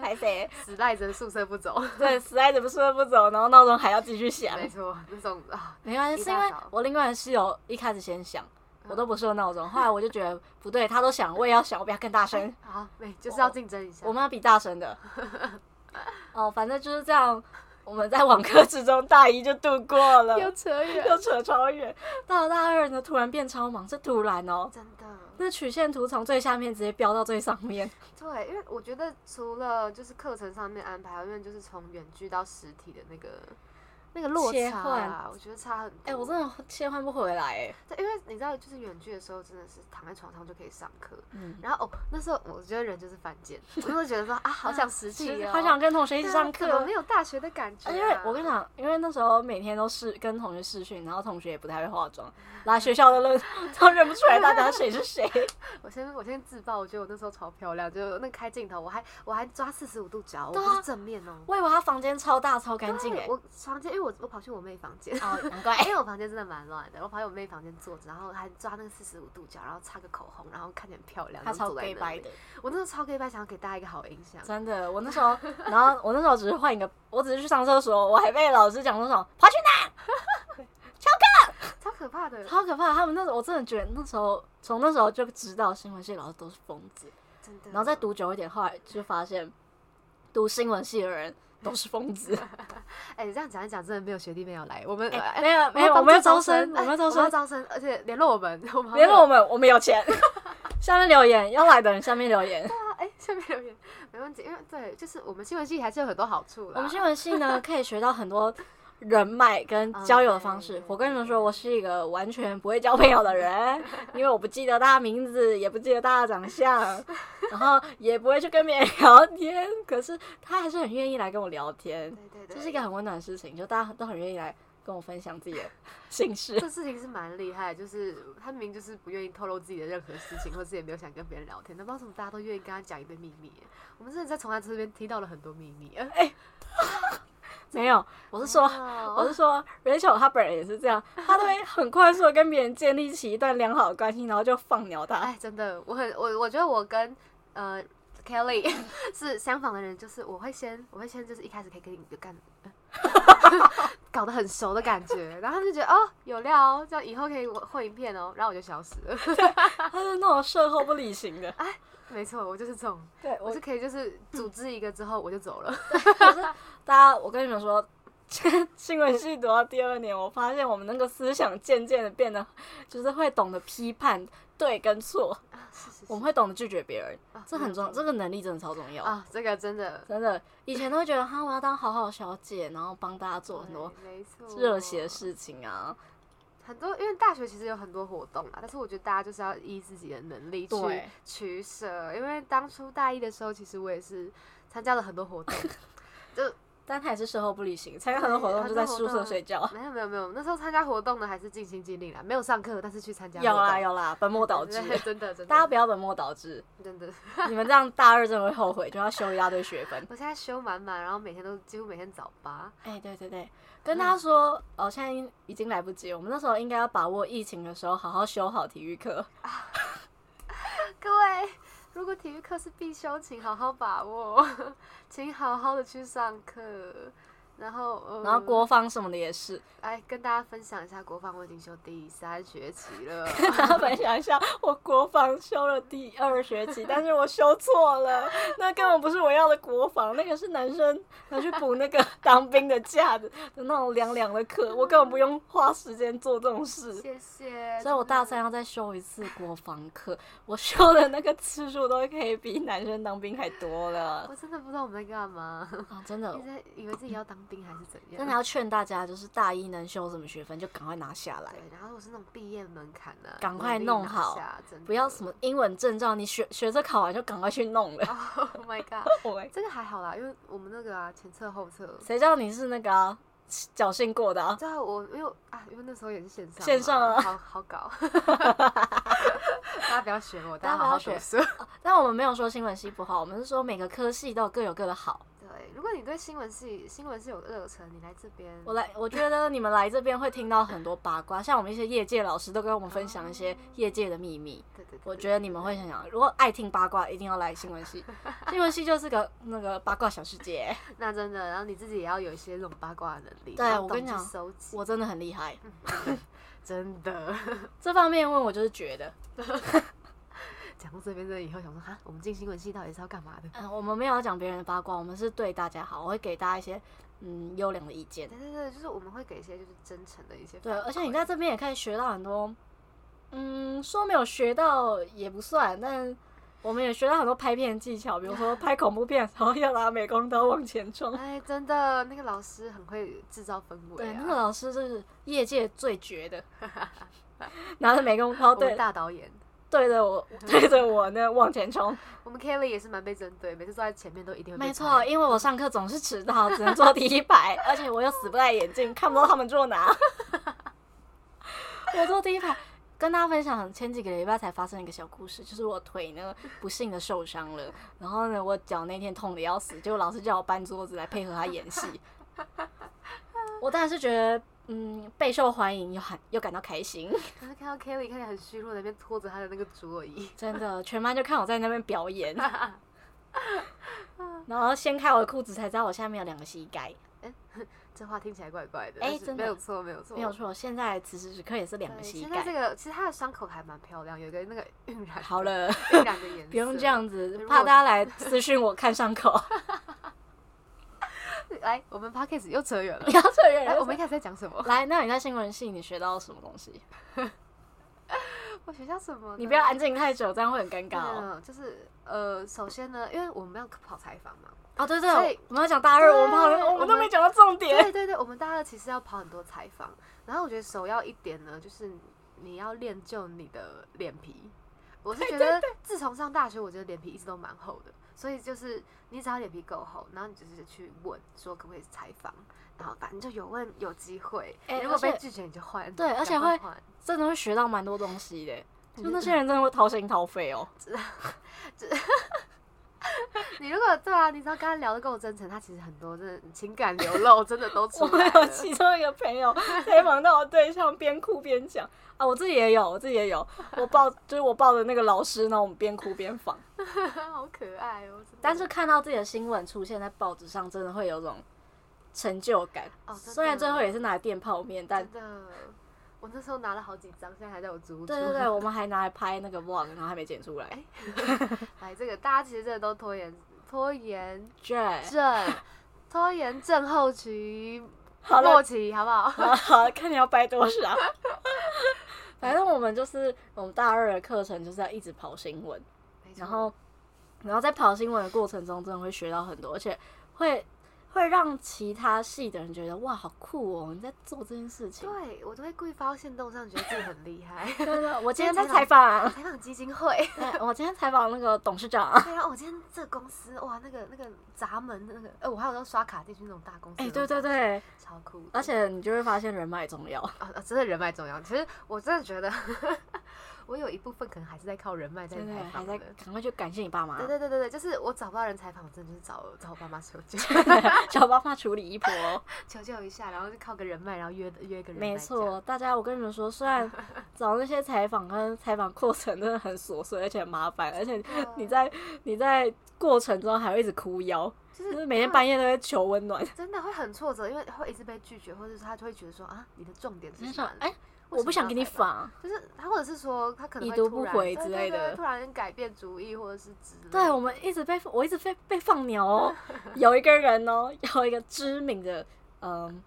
S1: 还谁？
S2: 死赖着宿舍不 走。
S1: 对，死赖着不说不走，然后闹钟还要继续响。
S2: 没错，那种啊，
S1: 没关系，
S2: 一
S1: 是
S2: 大
S1: 因为
S2: 早
S1: 我另外的室友一开始先响，我都不设闹钟，后来我就觉得不对，他都响，我也要响，我比他更大 声，
S2: 好，没就是要竞争一下。
S1: 我们要比大声的。 哦，反正就是这样，我们在网课之中大一就度过了，
S2: 又扯 远，
S1: 又扯超远。到了大二呢，突然变超忙，是突然哦。
S2: 真的。
S1: 那曲线图从最下面直接飙到最上面，
S2: 对，因为我觉得除了就是课程上面安排，因为就是从远距到实体的那个那个落
S1: 切
S2: 差
S1: 换
S2: 啊，我觉得差很多。
S1: 哎、我真的切换不回来、哎，
S2: 对，因为你知道，就是远距的时候，真的是躺在床上就可以上课。
S1: 嗯，
S2: 然后哦，那时候我觉得人就是犯 贱，我就会觉得说啊，好想实
S1: 其
S2: 际
S1: 嗯实
S2: 哦，
S1: 好想跟同学一
S2: 对
S1: 起
S2: 啊
S1: 上
S2: 怎么
S1: 课
S2: 没。有大学的感觉、
S1: 啊
S2: 啊。
S1: 因为我跟你讲，因为那时候每天都是跟同学视讯，然后同学也不太会化妆，来学校都认都认不出来大家谁是 谁。
S2: 我先我先自曝，我觉得我那时候超漂亮，就那开镜头，我还我还抓四十五度角，我
S1: 对啊
S2: 不是正面哦。
S1: 我以为他房间超大超干净哎，
S2: 我房间，因为我我跑去我妹房间，
S1: 哦，难 怪。
S2: 因为我房间真的蛮乱的，我跑去我妹房间坐着，然后还抓那个四十五度角，然后擦个口红，然后看起来很漂亮，
S1: 他
S2: 然后
S1: 超
S2: 坐在
S1: gay
S2: 那
S1: 白
S2: 里。
S1: 的，
S2: 我那时候超 gay 白，想要给大家一个好印象。
S1: 真的。我那时候，然后我那时候只是换一个，我只是去上厕所，我还被老师讲说什么跑去
S2: 超可怕的
S1: 哪，，超可怕。他们那时候我真的觉得那时候从那时候就知道新闻系老师都是疯子，
S2: 真的。
S1: 然后再读久一点，后来就发现读新闻系的人都是疯子。
S2: 哎、这样讲一讲，真的没有学弟妹要来，我们、
S1: 哎
S2: 哎
S1: 没有没有
S2: 帮
S1: 我们要
S2: 助招
S1: 招生我
S2: 哎
S1: 们要招
S2: 我们要
S1: 生
S2: 招生，而且联络我们，我们好
S1: 联
S2: 像
S1: 络我们，我们哦有 钱。下面留言，要来的人下面留言。
S2: 啊哎、下面留言没问题，因为对，就是我们新闻系还是有很多好处啦。
S1: 我们新闻系 呢，可以学到很多人脉跟交友的方
S2: 嗯对
S1: 式
S2: 对。
S1: 我跟你们说，我是一个完全不会交朋友的 人，因为我不记得大家名字，也不记得大家长 相，然后也不会去跟别人聊天。可是他还是很愿意来跟我聊天，
S2: 对对对，
S1: 这是一个很温暖的事情，就大家都很愿意来跟我分享自己的心 事。
S2: 这事情是蛮厉害，就是他明明就是不愿意透露自己的任何事情，或是也没有想跟别人聊天，但不知道为什么大家都愿意跟他讲一堆秘密耶。我们真的在从他这边听到了很多秘密。呃
S1: 没有，我是 说，
S2: 哇
S1: 我是说，Rachel 她本人也是这样，她都会很快速的跟别人建立起一段良好的关系，然后就放鸟他。
S2: 哎，真的，我很我我觉得我跟呃 Kelly 是相反的人，就是我会先我会先就是一开始可以跟你就干。 搞得很熟的感觉，然后他就觉得哦有料哦，这样以后可以混一片哦，然后我就消失了。
S1: 他是那种售后不理型的。
S2: 没错，我就是这种，
S1: 对，
S2: 啊 我
S1: 我
S2: 是可以就是组织一个之后我就走了。
S1: 大家，我跟你们说，新闻系读到第二年，我发现我们那个思想渐渐的变得，就是会懂得批判对跟错，
S2: 啊是是是
S1: 我们会懂得拒绝别人，
S2: 啊
S1: 这很重要，这个能力真的超重要。
S2: 啊，这个真的
S1: 哦真的，以前都会觉得哈，我要当好好小姐，然后帮大家做很多
S2: 对没错
S1: 热血的，事情啊。
S2: 很多因为大学其实有很多活动啦，啊但是我觉得大家就是要依自己的能力去
S1: 对
S2: 取舍，因为当初大一的时候，其实我也是参加了很多 活动，
S1: 但他也是售后不理型，参加很多活动就在宿舍睡觉。
S2: 没有没有没有，那时候参加活动呢还是尽心尽力啦，没有上课，但是去参加 活
S1: 有啊
S2: 动
S1: 啦有啦，本末倒置
S2: 对， 真的真的，
S1: 大家不要本末倒置，
S2: 真的，
S1: 你们这样大二真的会后悔，就要修一大堆学分。
S2: 我现在修满满，然后每天都几乎每天早八，
S1: 哎、对对对，跟大家说，哦，现在已经已经来不及了，我们那时候应该要把握疫情的时候，好好修好体育课。
S2: 各位。如果体育课是必修，请好好把握， 请好好的去上课。然后，呃、
S1: 然后国防什么的也是，
S2: 来跟大家分享一下国防，我已经修第三学 期了。
S1: 大家分享一下，我国防修了第二学 期，但是我修错了，那根本不是我要的国防，那个是男生拿去补那个当兵的假的的那种凉凉的课，我根本不用花时间做这种事。
S2: 谢谢。
S1: 所以我大三要再修一次国防课，我修的那个次数都可以比男生当兵还多了
S2: 我真的不知道我们在干嘛，
S1: 啊！真的
S2: 一，直在以为自己要当兵还是怎样？
S1: 真的啊要劝大家，就是大一能修什么学分就赶快拿下来，
S2: 对，然后我是那种毕业门槛啊呢、
S1: 赶快弄好
S2: 努力拿下，真的
S1: 不要什么英文证照，你学学着考完就赶快去弄 了。
S2: Oh my god，
S1: 喂
S2: 这个还好啦，因为我们那个啊前侧 后侧，
S1: 谁叫你是那个啊侥幸过的啊？
S2: 对啊，我因为啊因为那时候也是线上嘛
S1: 线上啊
S2: 好好搞。 大家不要学我，
S1: 大家
S2: 大家
S1: 不
S2: 好
S1: 要
S2: 好
S1: 学
S2: 读书。
S1: 但我们没有说新闻系不好，我们是说每个科系都有各有各的好。
S2: 对，如果你对新闻系新闻系有热忱，你来这边，
S1: 我来，我觉得你们来这边会听到很多八卦，像我们一些业界老师都跟我们分享一些业界的秘密。
S2: 对对对，
S1: 我觉得你们会想想，如果爱听八卦，一定要来新闻系。新闻系就是个那个八卦小世界，
S2: 那真的，然后你自己也要有一些这种八卦的能力，
S1: 对
S2: 然后
S1: 我
S2: 懂
S1: 跟你
S2: 去
S1: 讲
S2: 收集，
S1: 我真的很厉害。
S2: 真的。
S1: 这方面问我就是觉得，
S2: 讲到这边这以后，想说哈，我们进新闻系到底是要干嘛的？
S1: 嗯，我们没有要讲别人的八卦，我们是对大家好，我会给大家一些嗯优良的意见
S2: 对。对对，就是我们会给一些就是真诚的一些反
S1: 对，
S2: 馈，
S1: 而且你在这边也可以学到很多，嗯，说没有学到也不算，但我们也学到很多拍片技巧，比如 说拍恐怖片的时候要拿美工刀往前冲。
S2: 哎，真的，那个老师很会制造氛围、
S1: 对，
S2: 啊。
S1: 那个老师就是业界最绝的，拿着美工刀
S2: 我们
S1: 哦对
S2: 大导演，
S1: 对着 我对着我那往前冲。
S2: 我们 Kelly 也是蛮被针对，每次坐在前面都一定会被
S1: 没错，
S2: 拍
S1: 因为我上课总是迟到，只能坐第一排， 而且我又死不戴眼镜，看不到他们坐哪。 我坐第一排。跟大家分享，前几个礼拜才发生一个小故事，就是我腿呢不幸的受伤了，然后呢我脚那天痛的要死，结果老师叫我搬桌子来配合他演戏。 我当然是觉得，嗯，备受欢迎又很又感到开心，
S2: 可 是看到 Kelly 看起来很虚弱，在那边拖着他的那个竹而已。
S1: 真的，全班就看我在那边表演， 然后掀开我的裤子才知道我下面有两个膝盖。
S2: 这话听起来怪怪的，
S1: 哎
S2: 但是
S1: 真的
S2: 没有错，没有错，
S1: 没有错，现在此时此刻也是两个
S2: 对
S1: 膝
S2: 现在这
S1: 盖。
S2: 个其实他的伤口还蛮漂亮，有一个那个晕染的，
S1: 好了，
S2: 晕染的颜色。
S1: 不用这，样子
S2: 如，果
S1: 怕大家来私讯我看伤口。
S2: 来，我们 podcast 又扯远了
S1: 不。要扯远
S2: 哎，
S1: 了。
S2: 我们一开始在讲什么？
S1: 来，那你在新闻系你学到什么东西？
S2: 我学校什么呢？
S1: 你不要安静太久，这样会很尴尬哦。
S2: 嗯，就是呃，首先呢，因为我们要跑采访 嘛，
S1: 哦，对对
S2: 所以
S1: 对，我们要讲大二，
S2: 对
S1: 我们怕哦我
S2: 我们
S1: 们都没讲到重点。
S2: 对对对，我们大二其实要跑很多采访，然后我觉得首要一点呢，就是你要练就你的脸皮。我是觉得自从上大学，我觉得脸皮一直都蛮厚的，所以就是你只要脸皮够厚，然后你就是去问说可不可以采访，然后反正就有问有机会，
S1: 哎
S2: 如果被
S1: 而且
S2: 拒绝你就换，
S1: 对而且
S2: 赶快
S1: 会
S2: 换
S1: 真的会学到蛮多东西的，就那些人真的会掏心掏肺哦。
S2: 你如果对啊，你只要跟他聊得够真诚，他其实很多真的情感流露真的都出
S1: 我
S2: 来
S1: 们有
S2: 了。
S1: 其中一个朋 友采访到我对象，边哭边讲啊，我自己也有，我自己也有，我抱就是我抱着那个老师，然后我们边哭边放。
S2: 好可爱哦！真的
S1: 但是看到自己的新闻出现在报纸上，真的会有种成就感。
S2: 哦真的
S1: 虽然最后也是拿来垫泡面，但
S2: 真的，我那时候拿了好几张，现在还在我租。
S1: 对对对，我们还拿来拍那个 vlog，然后还没剪出来
S2: 哎。哎，这个大家其实真的都拖延拖延
S1: 对，
S2: 哎症，拖延症后期
S1: 好了
S2: 末期，好不好？
S1: 好好看你要掰多少。 反正我们就是我们大二的课程就是要一直跑新闻，
S2: 没错
S1: 然后然后在跑新闻的过程中，真的会学到很多，而且会会让其他系的人觉得哇，好酷哦，你在做这件事情。
S2: 对我都会故意发到线动上，觉得自己很厉害。
S1: 对对 对，我今天在
S2: 今天
S1: 采
S2: 采
S1: 访，啊
S2: 采访基金会，
S1: 对哎我今天采访那个董事长。
S2: 对啊，我今天这个公司哇，那个那个闸门那个，哎，我还有时候刷卡进去那种大公司，
S1: 哎、对对，对，
S2: 超酷的。
S1: 而且你就会发现人脉重要。
S2: 啊、啊真的人脉重要。其实我真的觉得， 我有一部分可能还是在靠人脉在
S1: 真的
S2: 采
S1: 还
S2: 访
S1: 在
S2: 的。
S1: 赶快去感谢你爸妈
S2: 对，对对对对，就是我找不到人采访，我真的就是找找我爸妈求 救，
S1: 叫爸妈处理一波。
S2: 求救一下，然后就靠个人脉，然后约约个人脉。
S1: 没错，，大家，我跟你们说，虽 然找那些采访跟采访过程真的很琐碎，而且很麻烦，而且
S2: 的
S1: 你在你在过程中还会一直哭腰，就
S2: 就啊
S1: 是是每天半夜都会求温暖。
S2: 真的会很挫折，因为会一直被拒绝，或者是他就会觉得说啊，你的重点是
S1: 你
S2: 什
S1: 想
S2: 么？，
S1: 哎、
S2: 为什么
S1: 我不想给你
S2: 要采访。
S1: 仿。
S2: 就是他，或者是说他可能
S1: 已
S2: 会
S1: 读
S2: 突
S1: 不
S2: 然
S1: 回
S2: 对
S1: 之
S2: 对
S1: 类
S2: 对
S1: 的
S2: 突然改变主意或者是之类的。
S1: 对我们一直被我一直被被放鸟哦，有一个人哦，有一个知名的嗯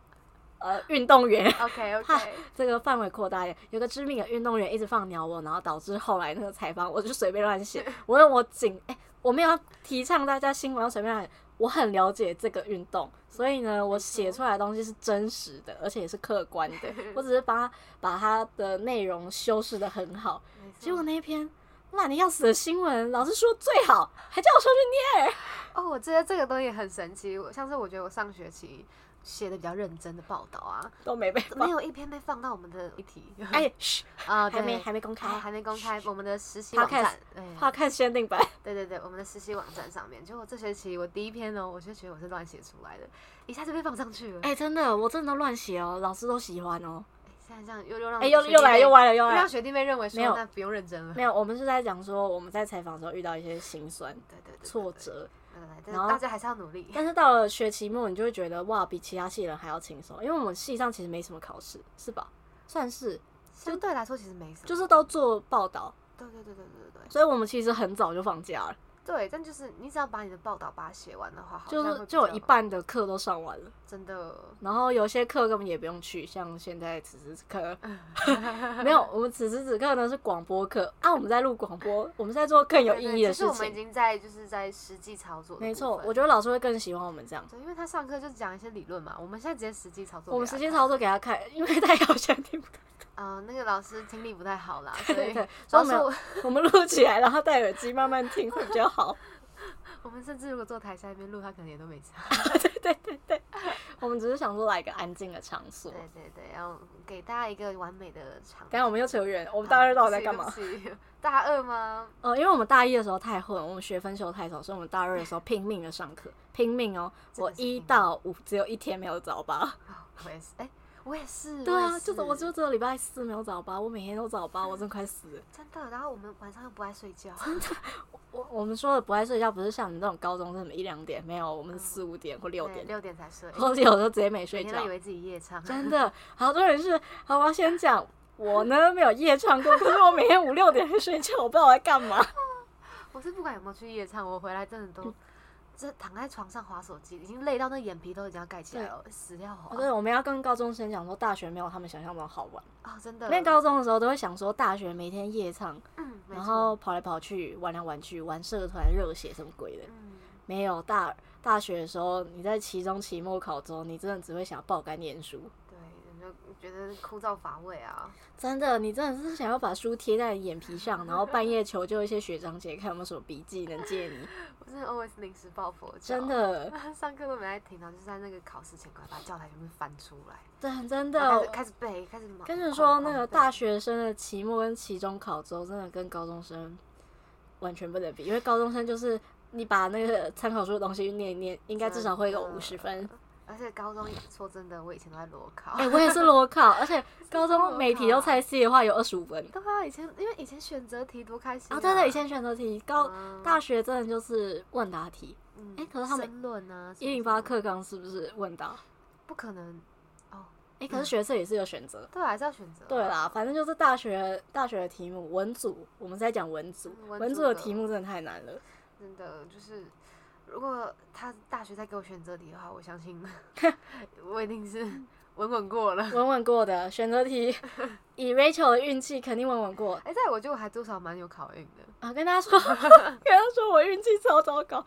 S1: 呃运动员，
S2: ，OK
S1: 怕
S2: OK，
S1: 这个范围扩大一点，有个知名的运动员一直放鸟我，然后导致后来那个采访我就随便乱写。我用我仅哎、我没有要提倡大家新闻要随便乱写，我很了解这个运动，所以呢，我写出来的东西是真实的，而且也是客观的。我只是把它把它的内容修饰的很好，
S2: 没错
S1: 结果那一篇烂的要死的新闻，老师说最好，还叫我上去念。
S2: 哦，我觉得这个东西很神奇。我像是我觉得我上学期写的比较认真的报道啊，
S1: 都没被
S2: 没
S1: 放。
S2: 有一篇被放到我们的议题。
S1: 哎，嘘，
S2: 啊，
S1: 还没
S2: 对
S1: 还没公开
S2: 哎还没公开我们的实习网
S1: Podcast
S2: 站。哎
S1: 怕看限定版，
S2: 对对对，我们的实习网站上面，结果这学期我第一篇哦，我就觉得我是乱写出来的，一下就被放上去了。
S1: 哎，真的，我真的乱写哦，老师都喜欢哦。
S2: 现在这样又又让
S1: 哎、又
S2: 学弟
S1: 又来
S2: 妹
S1: 又歪了又
S2: 又
S1: 来
S2: 让。学弟妹认为说
S1: 没有
S2: 那不用认真了。
S1: 没有，我们是在讲说我们在采访的时候遇到一些心酸、
S2: 对对对对
S1: 挫
S2: 对
S1: 折，
S2: 对对对
S1: 然
S2: 但
S1: 后
S2: 是大家还是要努力。
S1: 但是到了学期末，你就会觉得哇，比其他系人还要轻松，因为我们系上其实没什么考试，是吧？算是，
S2: 相对来说其实没什么，
S1: 就是都做报道，
S2: 对对对对对对对
S1: 所以我们其实很早就放假了。
S2: 对，但就是你只要把你的报道把它写完的话，好
S1: 就
S2: 像
S1: 是
S2: 会
S1: 就有
S2: 比
S1: 一
S2: 较
S1: 半的课都上完了，
S2: 真的
S1: 然后有些课根本也不用去，像现在此时此刻
S2: 嗯
S1: 没有，我们此时此刻呢是广播课啊，我们在录广播，我们在做更有
S2: 对
S1: 意
S2: 对
S1: 义的
S2: 其实
S1: 事
S2: 我们已
S1: 情。
S2: 经在就是在实际操作的部分。
S1: 没错，我觉得老师会更喜欢我们这样。
S2: 对，因为他上课就讲一些理论嘛，我们现在直接实际操作给他看。
S1: 我们实际操作给他看，因为他好像听不到。
S2: 呃，那个老师听力不太好 啦，所
S1: 对
S2: 以
S1: 对，
S2: 主
S1: 然
S2: 要
S1: 后
S2: 是
S1: 没有
S2: 我，
S1: 我们录起来，然后戴耳机慢慢听会比较 好。
S2: 我们甚至如果坐台下一边录，他可能也都没 差。
S1: 我们只是想说来一个安静的场所
S2: 对。对对，然后给大家一个完美的场。
S1: 等一下我们又扯远，我们大二到底在干嘛
S2: 啊？？对不起对不起大二吗？
S1: 呃，因为我们大一的时候太混，我们学分修太少，所以我们大二的时候拼命的上课，拼命 哦！
S2: 真
S1: 我
S2: 的是拼
S1: 一
S2: 命
S1: 到五只有一天没有早 八，
S2: 啊我也是，哎，我也是。
S1: 对
S2: 我
S1: 啊，
S2: 也
S1: 就是我
S2: 是
S1: 就只有礼拜四没有早八，我每天都早八，我真快 死了。
S2: 真的。然后我们晚上又不爱睡觉，
S1: 我我们说的不爱睡觉，不是像你们这种高中是什么一两点，没有，我们是
S2: 嗯
S1: 四五点或六
S2: 对
S1: 点，
S2: 六点才睡，
S1: 或者有时候直接没
S2: 每
S1: 睡
S2: 天
S1: 觉
S2: 都以。为自己夜唱。
S1: 真的，好多人是，好，我要先讲，我呢没有夜唱过，可是我每天五六点才睡觉，我不知道我在干嘛。
S2: 我是不管有没有去夜唱，我回来真的
S1: 嗯
S2: 都，这躺在床上划手机，已经累到那眼皮都已经要盖起来了，死掉划
S1: 哦 对，我们要跟高中生讲说，大学没有他们想象中好玩。
S2: 啊！真的
S1: 因，为高中的时候都会想说，大学每天夜唱，
S2: 嗯，没
S1: 然
S2: 错，
S1: 后跑来跑去，玩来玩去，玩社团热血什么鬼的。
S2: 嗯，
S1: 没有大大学的时候，你在期中、期末考之后，你真的只会想要爆肝念书。
S2: 对，你就觉得枯燥乏味啊。
S1: 真的，你真的是想要把书贴在你眼皮上，然后半夜求救一些学长姐，看有没有什么笔记能借你。
S2: 我真的 always 临时抱佛脚，
S1: 真，的，
S2: 上课都没在听，然后就是在那个考试前，赶快把教材全部翻出来，
S1: 对，真
S2: 然后开始
S1: 的。
S2: 开始背，开始忙
S1: 跟你说，
S2: 狂
S1: 那个
S2: 狂背
S1: 大学生的期末跟期中考之后，真的跟高中生完全不能比，因为高中生就是你把那个参考书的东西念一念，应该至少会有
S2: 真的
S1: 五十分。
S2: 而且高中说真的，我以前都在裸考。
S1: 哎、我也是裸考，而且高
S2: 裸
S1: 中
S2: 考
S1: 每题都猜 C 的话有二十五分。
S2: 对啊，以前因为以前选择题多开心
S1: 啊，对对，以前选择题，高
S2: 嗯
S1: 大学真的就是问答题，
S2: 嗯
S1: 哎可是他们
S2: 申论啊，什
S1: 一
S2: 么
S1: 零
S2: 什么
S1: 八课纲是不是问答？
S2: 不可能哦，
S1: 哎、可是学测也是有选择。
S2: 对啊，还是要选择啊。
S1: 对啦，反正就是大学大学的题目，文组我们在讲文组，
S2: 嗯文
S1: 文
S2: 组
S1: 组的
S2: 的
S1: 题目真的太难了。
S2: 真的就是，如果他大学再给我选择题的话，我 相信我一定是稳稳过了。
S1: 稳稳过的选择题，以 Rachel 的运气肯定稳稳过。
S2: 哎、但我觉得我还多少蛮有考运的。
S1: 啊，跟 大家说，跟他说我运气超糟糕，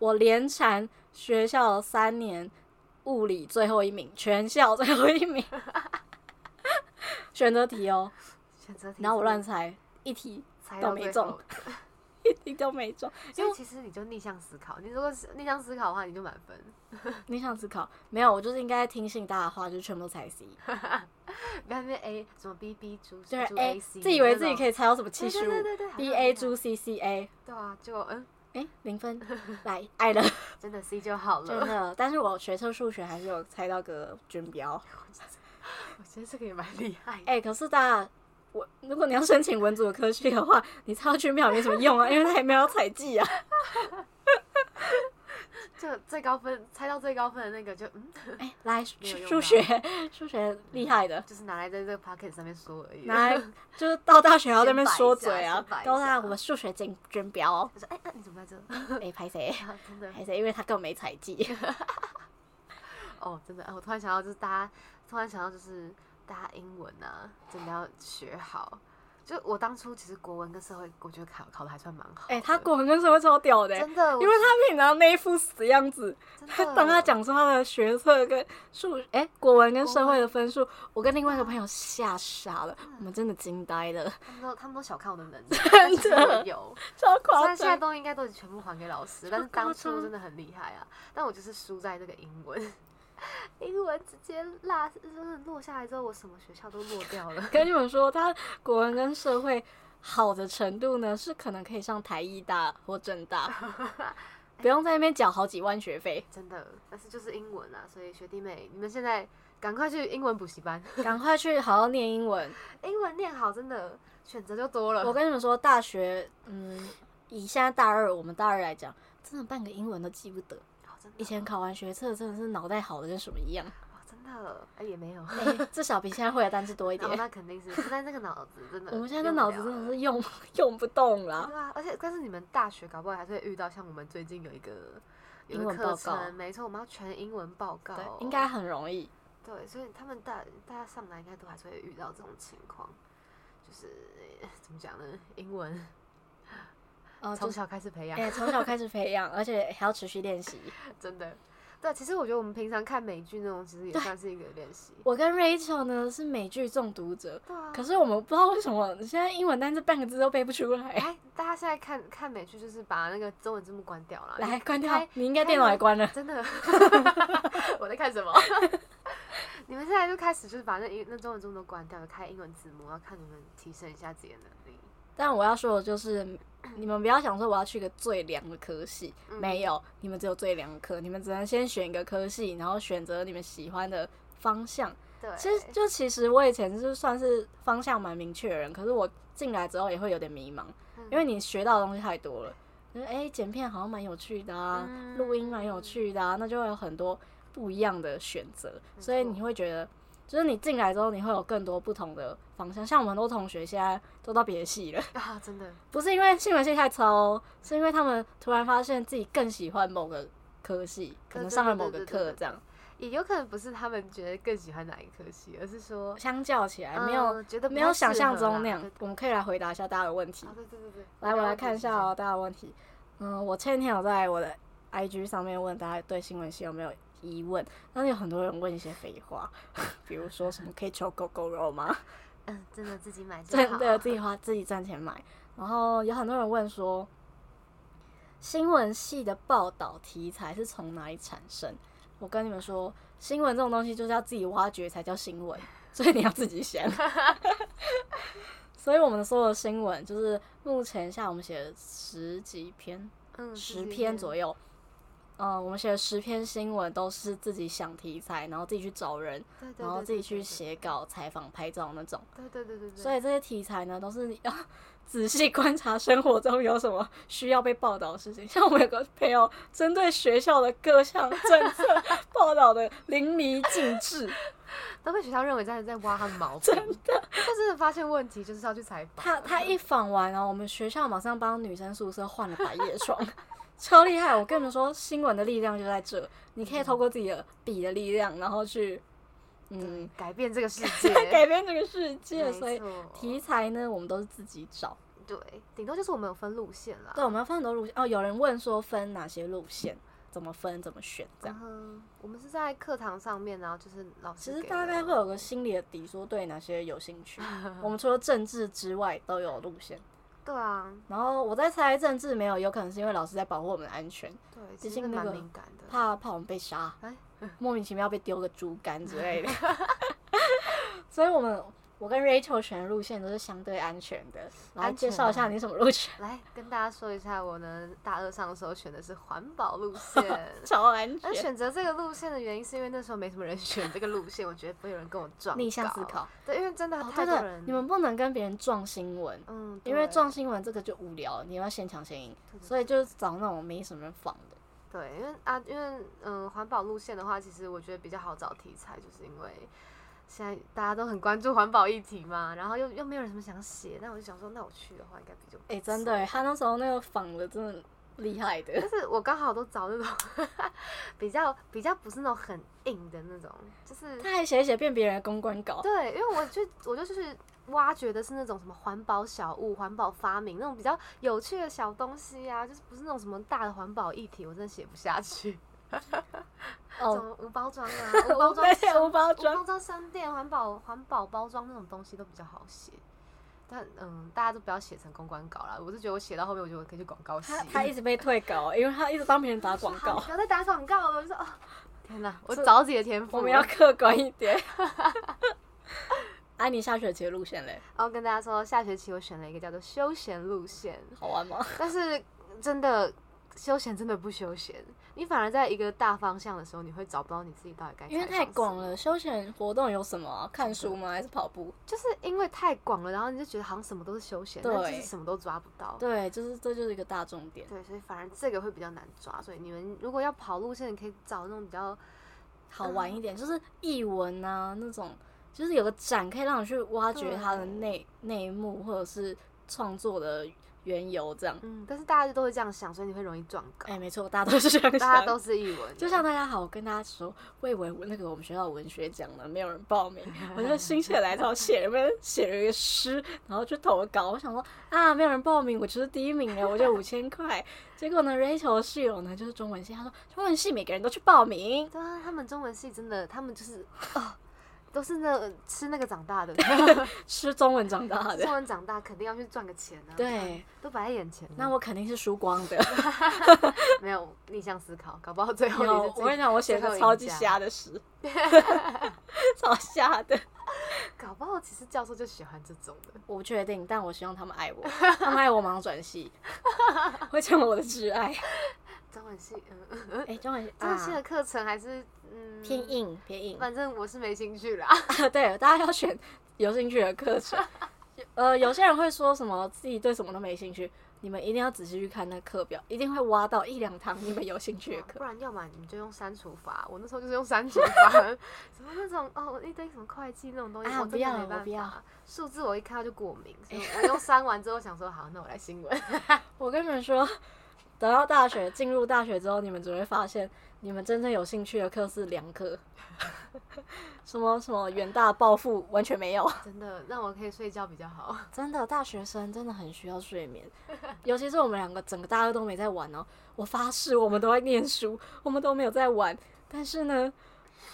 S1: 我连蝉学校三年物理最后一名，全校最后一 名，选择题哦，
S2: 选择题，
S1: 然后我乱 猜，一题
S2: 猜
S1: 都
S2: 到
S1: 没
S2: 最
S1: 中
S2: 后，
S1: 一题都没中， 因
S2: 所
S1: 为
S2: 以其实你就逆向思考。你如果是逆向思考的话，你就满分。
S1: 你想思考没有，我就是应该听信大家的话，就是全部都猜 C，
S2: 不要那边 A 什么 B B 猪
S1: 就是
S2: 猪
S1: 啊 A，
S2: A C，
S1: 自以为自己
S2: 以
S1: 可以猜到什么七
S2: 对
S1: 十
S2: 对
S1: 五
S2: 对对，好像
S1: ，B
S2: 有
S1: A
S2: 印
S1: 猪 C C A，
S2: 对啊，就嗯，
S1: 哎，零 分，来爱了。
S2: 真的 C 就好
S1: 真
S2: 了。
S1: 的，但是我学测数学还是有猜到个军标。
S2: 我觉得这个也蛮厉害的。
S1: 哎、可是大家，我如果你要申请文组的科系的话，你猜到军标也没什么 用啊，因为它也没有采集啊。
S2: 就最高分猜到最高分的那个就嗯，
S1: 哎、来
S2: 没有
S1: 数
S2: 用
S1: 数
S2: 到
S1: 学，数学厉害的，
S2: 就是拿来在这个 pocket 上面说而已。
S1: 拿来就是到大学还要在那边
S2: 先摆一
S1: 说
S2: 下
S1: 嘴啊
S2: 嗯先摆，一
S1: 都在
S2: 下
S1: 我们数学军军标 哦，
S2: 我说：“哎、那、你怎么在这？
S1: 哎、拍谁？
S2: 啊真的
S1: 拍谁？因为他根本没采集。
S2: 哦，真的，哎我突然想到，就是大家突然想到，就是大家英文啊，真的要学好。就我当初其实国文跟社会，我觉得考考的还算蛮好的。
S1: 哎、他国文跟社会超屌的、欸
S2: 真的，我
S1: 因为他平常那一副死样子，
S2: 真
S1: 他
S2: 的
S1: 当他讲说他的学测跟数哎、国文跟
S2: 国
S1: 社会的分数，我跟另外一个朋友吓傻了，
S2: 嗯
S1: 我们真的惊呆了，
S2: 他们都他们都小看我的 能力，但其实我有。
S1: 超
S2: 虽
S1: 夸
S2: 然现在
S1: 张。
S2: 都应该都全部还给老师，但是
S1: 夸
S2: 当初
S1: 张
S2: 真的很厉害啊。但我就是输在这个英文， 英文直接落，真的落下来之后，我什么学校都落掉了。
S1: 跟你们说，他国文跟社会好的程度呢，是可能可以上台艺大或政 大，不用在那边缴好几万学费，
S2: 真的，但是就是英文啊，所以学弟妹，你们现在赶快去英文补习班，
S1: 赶快去好好念英文。
S2: 英文念好，真的选择就多了。
S1: 我跟你们说，大学嗯，以现在大二我们大二来讲，真的半个英文都记不得。
S2: 哦真的
S1: 以前考完学测，真的是脑袋好的跟什么一样。
S2: 哇真的，哎、也没 有，
S1: 哎至少比现在会的单词多一
S2: 然后
S1: 点。
S2: 那肯定是，现在这个脑子 真的，
S1: 我们现在的脑子真的是用 用不动啦。
S2: 对啊，而且但是你们大学搞不好还是会遇到，像我们最近有一个有
S1: 英
S2: 一个
S1: 文
S2: 课
S1: 报
S2: 程，
S1: 告
S2: 没错，我们要全英文报告
S1: 对
S2: 哦，，
S1: 应该很容易。
S2: 对，所以他们大大家上来应该都还是会遇到这种情况，就是呃怎么讲呢？英文
S1: 呃，就
S2: 从
S1: 是
S2: 小开始培养，
S1: 哎，从小开始培养，而且还要持续练习。
S2: 真的。对，啊其实我觉得我们平常看美剧那种，其实也算是一个练习。
S1: 我跟 Rachel 呢是美剧中毒者，
S2: 对啊，
S1: 可是我们不知道为什么现在英文单词半个字都背不出来。
S2: 哎，大家现在看看美剧，就是把那个中文字幕关掉了。
S1: 来，关
S2: 开
S1: 掉，你应该
S2: 开
S1: 电脑
S2: 门
S1: 也关了。
S2: 真的，我在看什么？ 你们现在就开始就是把那英那中文字幕都关掉，开英文字幕，然后看你们提升一下自己的能力。
S1: 但我要说的就是，你们不要想说我要去一个最凉的科系，
S2: 嗯
S1: 没有，你们只有最凉的科，你们只能先选一个科系，然后选择你们喜欢的方向。
S2: 对，
S1: 其实就其实我以前是算是方向蛮明确的人，可是我进来之后也会有点迷茫，
S2: 嗯
S1: 因为你学到的东西太多了。就是哎，剪片好像蛮有趣的啊，
S2: 嗯
S1: 录音蛮有趣的啊，那就会有很多不一样的选择，
S2: 没
S1: 所以
S2: 错
S1: 你会觉得，就是你进来之后，你会有更多不同的方向。像我们很多同学现在都到别的系了，
S2: 啊，真的，
S1: 不是因为新闻系太超，是因为他们突然发现自己更喜欢某个科系，
S2: 呃
S1: 可能上了某个课这样。
S2: 也有可能不是他们觉得更喜欢哪一科系，而是说
S1: 相较起来，没有、
S2: 嗯觉得
S1: 没有想象中那
S2: 那
S1: 样。我们可以来回答一下大家的问题
S2: 啊，。对对对对，
S1: 来，我来看一下
S2: 哦。
S1: 哦，大家的问题。嗯，我前天有在我的 IG 上面问大家对新闻系有没有疑问，但是有很多人问一些废话， 比如说什么可以求狗狗肉吗？
S2: 嗯，真的自己买就好
S1: 真的自己花自己赚钱买。然后有很多人问说，新闻系的报道题材是从哪里产生？我跟你们说，新闻这种东西就是要自己挖掘才叫新闻， 所以你要自己想。 所以我们所有的新闻，就是目前下我们写了十几篇，
S2: 嗯
S1: 十篇左
S2: 右。
S1: 右。嗯，我们写了十篇新闻都是自己想题材，然后自己去找人，
S2: 对对对，
S1: 然后自己去
S2: 对。
S1: 写稿、采访、拍照那种。
S2: 对对对对对。
S1: 所以这些题材呢，都是你要 仔细观察生活中有什么需要被报道的事情。像我们有个朋友，针对学校的各项政策报道的淋漓尽致。
S2: 都被学校认为在在挖他 们毛病，真的。但真的发现问题就是要去采访。
S1: 他他一访完啊，我们学校马上帮女生宿舍换了百叶窗， 超厉害！我跟你们说，新闻的力量就在这，你可以透过自己的笔的力量，然后去嗯
S2: 嗯，改变这个世界，
S1: 改变这个世界。
S2: 没
S1: 所以
S2: 错
S1: 题材呢，我们都是自己找。
S2: 对，顶多就是我们有分路线啦。
S1: 对，我们要分很多路线哦。有人问说分哪些路线，怎么分，怎么选这样。
S2: 嗯，我们是在课堂上面，然后就是老师
S1: 其实
S2: 给
S1: 大
S2: 的
S1: 概会有个心里的底，说对哪些有兴趣。我们除了政治之外都有路线，
S2: 对啊，
S1: 然后我在猜政治没有，有可能是因为老师在保护我们的安全，
S2: 对，
S1: 毕
S2: 其实
S1: 竟
S2: 那
S1: 那
S2: 蛮
S1: 个
S2: 敏感的。
S1: 怕怕我们被杀
S2: 哎，
S1: 莫名其妙被丢个猪肝之类 的。所以我们我跟 Rachel 选的路线都是相对安全的。来
S2: 安
S1: 介
S2: 全
S1: 绍一下
S2: 啊
S1: 你什么路线，
S2: 来跟大家说一下，我呢大二上的时候选的是环保路线。
S1: 超安
S2: 那
S1: 全。
S2: 选择这个路线的原因是因为那时候没什么人选这个路线，我觉得不会有人跟我撞。
S1: 逆向思，考，
S2: 对，因为真的
S1: 哦，
S2: 太
S1: 对
S2: 多
S1: 的
S2: 人，，
S1: 你们不能跟别人撞新闻。
S2: 嗯，
S1: 因为
S2: 对
S1: 撞新闻这个就无聊，你要先抢先赢，
S2: 对对
S1: 所以就是找那种没什么人仿的。
S2: 对，因为啊，因为嗯，环保路线的话，其实我觉得比较好找题材，就是因为现在大家都很关注环保议题嘛，然后又又没有什么想写，那我就想说，那我去的话应该比较
S1: 哎、真的、欸，他那时候那个仿的真的厉害的。
S2: 但是我刚好都找那种 比较比较不是那种很硬的那种，就是
S1: 他还写一写变别人的公关稿，
S2: 对，因为我就我就就是挖掘的是那种什么环保小物、环保发明那种比较有趣的小东西啊，就是不是那种什么大的环保议题，我真的写不下去。什
S1: 哦，
S2: 么无包 装啊，无包
S1: 我
S2: 装
S1: 对，无包
S2: 无
S1: 装，
S2: 包装商店、环保环保包装那种东西都比较好写，但嗯，大家都不要写成公关稿啦。我是觉得我写到后面，我觉得我可以去广告系。
S1: 他 他一直被退稿，因为他一直帮别人打广告
S2: 好。不要再打广告了，我就说哦，天哪，我
S1: 这
S2: 找自己的天赋。
S1: 我们要客观一 点。哎、你下学期的路线嘞，
S2: 然后跟大家说，下学期我选了一个叫做休闲路线，
S1: 好玩吗？
S2: 但是真的休闲真的不休闲，你反而在一个大方向的时候，你会找不到你自己到底该。
S1: 因为太广，了，休闲活动有什么啊、看书吗？还是跑步？
S2: 就是因为太广了，然后你就觉得好像什么都是休闲，但就
S1: 对
S2: 是什么都抓不到。
S1: 对，就是这就是一个大重点。
S2: 对，所以反而这个会比较难抓，所以你们如果要跑路线，你可以找那种比较
S1: 好玩一点，就是译文啊那种，就是有个展可以让你去挖掘它的
S2: 对
S1: 内内幕或者是创作的缘由这样。
S2: 嗯，但是大家都会这样想，所以你会容易撞稿。
S1: 哎、没错，大家都是这样想，
S2: 大家都是译文的，
S1: 就像大家好，我跟大家说，魏为那个我们学校文学奖呢，没有人报名，我就心血来潮写了篇写了一个诗，然后去投稿。我想说啊，没有人报名，我就是第一名了，我就五千块。结果呢，Rachel 的室友呢就是中文系，她说中文系每个人都去报名，
S2: 对啊，他们中文系真的，他们就是哦，都是那吃那个长 大的，
S1: 吃中文长大
S2: 中
S1: 的。
S2: 文长大肯定要去赚个钱啊。
S1: 对，
S2: 都摆在眼前了。
S1: 那我肯定是输光 的。
S2: 没有逆向思考，搞不好最后
S1: 有，
S2: 你
S1: 我
S2: 是自己
S1: 跟你讲，我写
S2: 最后
S1: 的
S2: 赢
S1: 超级
S2: 家
S1: 瞎的 诗，超瞎的。
S2: 搞不好其实教授就喜欢这种的。
S1: 我不确定，但我希望他们爱 我，他们爱我，马上转系， 会成为我的挚爱。
S2: 中文系，嗯，嗯
S1: 哎、中文系
S2: 中文系
S1: 啊
S2: 的课程还是嗯
S1: 偏，硬，偏硬。
S2: 反正我是没兴趣啦。
S1: 对，大家要选有兴趣的课程。呃，有些人会说什么自己对什么都没兴趣，你们一定要仔细去看那课表，一定会挖到一两堂你们有兴趣的
S2: 不
S1: 课。
S2: 然要么你就用删除法，我那时候就是用删除法， 什么那种哦一堆什么会计那种东西，
S1: 啊
S2: 我
S1: 不
S2: 真
S1: 要
S2: 的没
S1: 我不
S2: 办
S1: 要
S2: 法。数字我一看到就过敏， 所以我用删完之后想说好，那我来新闻。
S1: 我跟你们说，等到大学进入大学之后，你们只会发现，你们真正有兴趣的课是两课， 什么什么远大抱负完全没有。
S2: 真的让我可以睡觉比较好。
S1: 真的，大学生真的很需要睡 眠，尤其是我们两个整个大二都没在玩哦。我发誓，我们都在念书，我们都没有在玩，但是呢，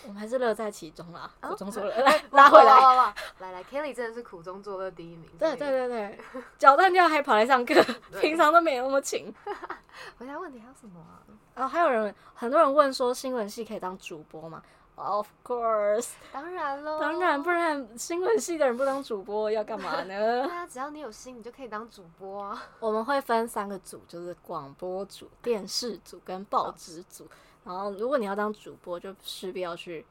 S1: 我们还是乐在其中啦。我中 说了，来 拉回
S2: 哇
S1: 来。
S2: 哇哇哇哦来来，Kelly 真的是苦中作乐第一名。
S1: 对对对对， 脚断掉还跑来上课，平常都没有那么勤。
S2: 对，回答问题还有什么啊？
S1: 然后还有人，很多人问说新闻系可以当主播吗？Of course，
S2: 当然喽，
S1: 当然，不然新闻系的人不当主播要干嘛
S2: 对
S1: 呢？
S2: 啊，只要你有心，你就可以当主播啊。
S1: 我们会分三个组，就是广播组、电视组跟报纸组。然后，如果你要当主播，就势必要去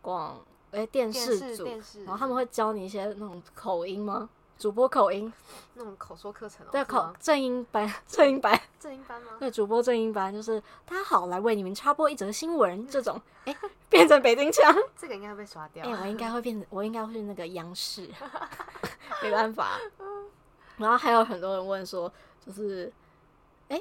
S1: 广诶、 电
S2: 电
S1: 视
S2: 视
S1: 组，
S2: 电视，
S1: 然后他们会教你一些那种口音吗？主播口音，啊
S2: 那种口说课程哦，
S1: 对
S2: 是
S1: 口
S2: 吗
S1: 正音班， 正音班，
S2: 正音班吗？
S1: 对主播正音班，就是大家好，来为你们插播一则新闻这种，诶、变成北京腔，
S2: 这个应该会被刷掉啊
S1: 哎、。我应该 会变成，我应该会是那个央视，没办法。
S2: 嗯
S1: 然后还有很多人问说，就是，哎、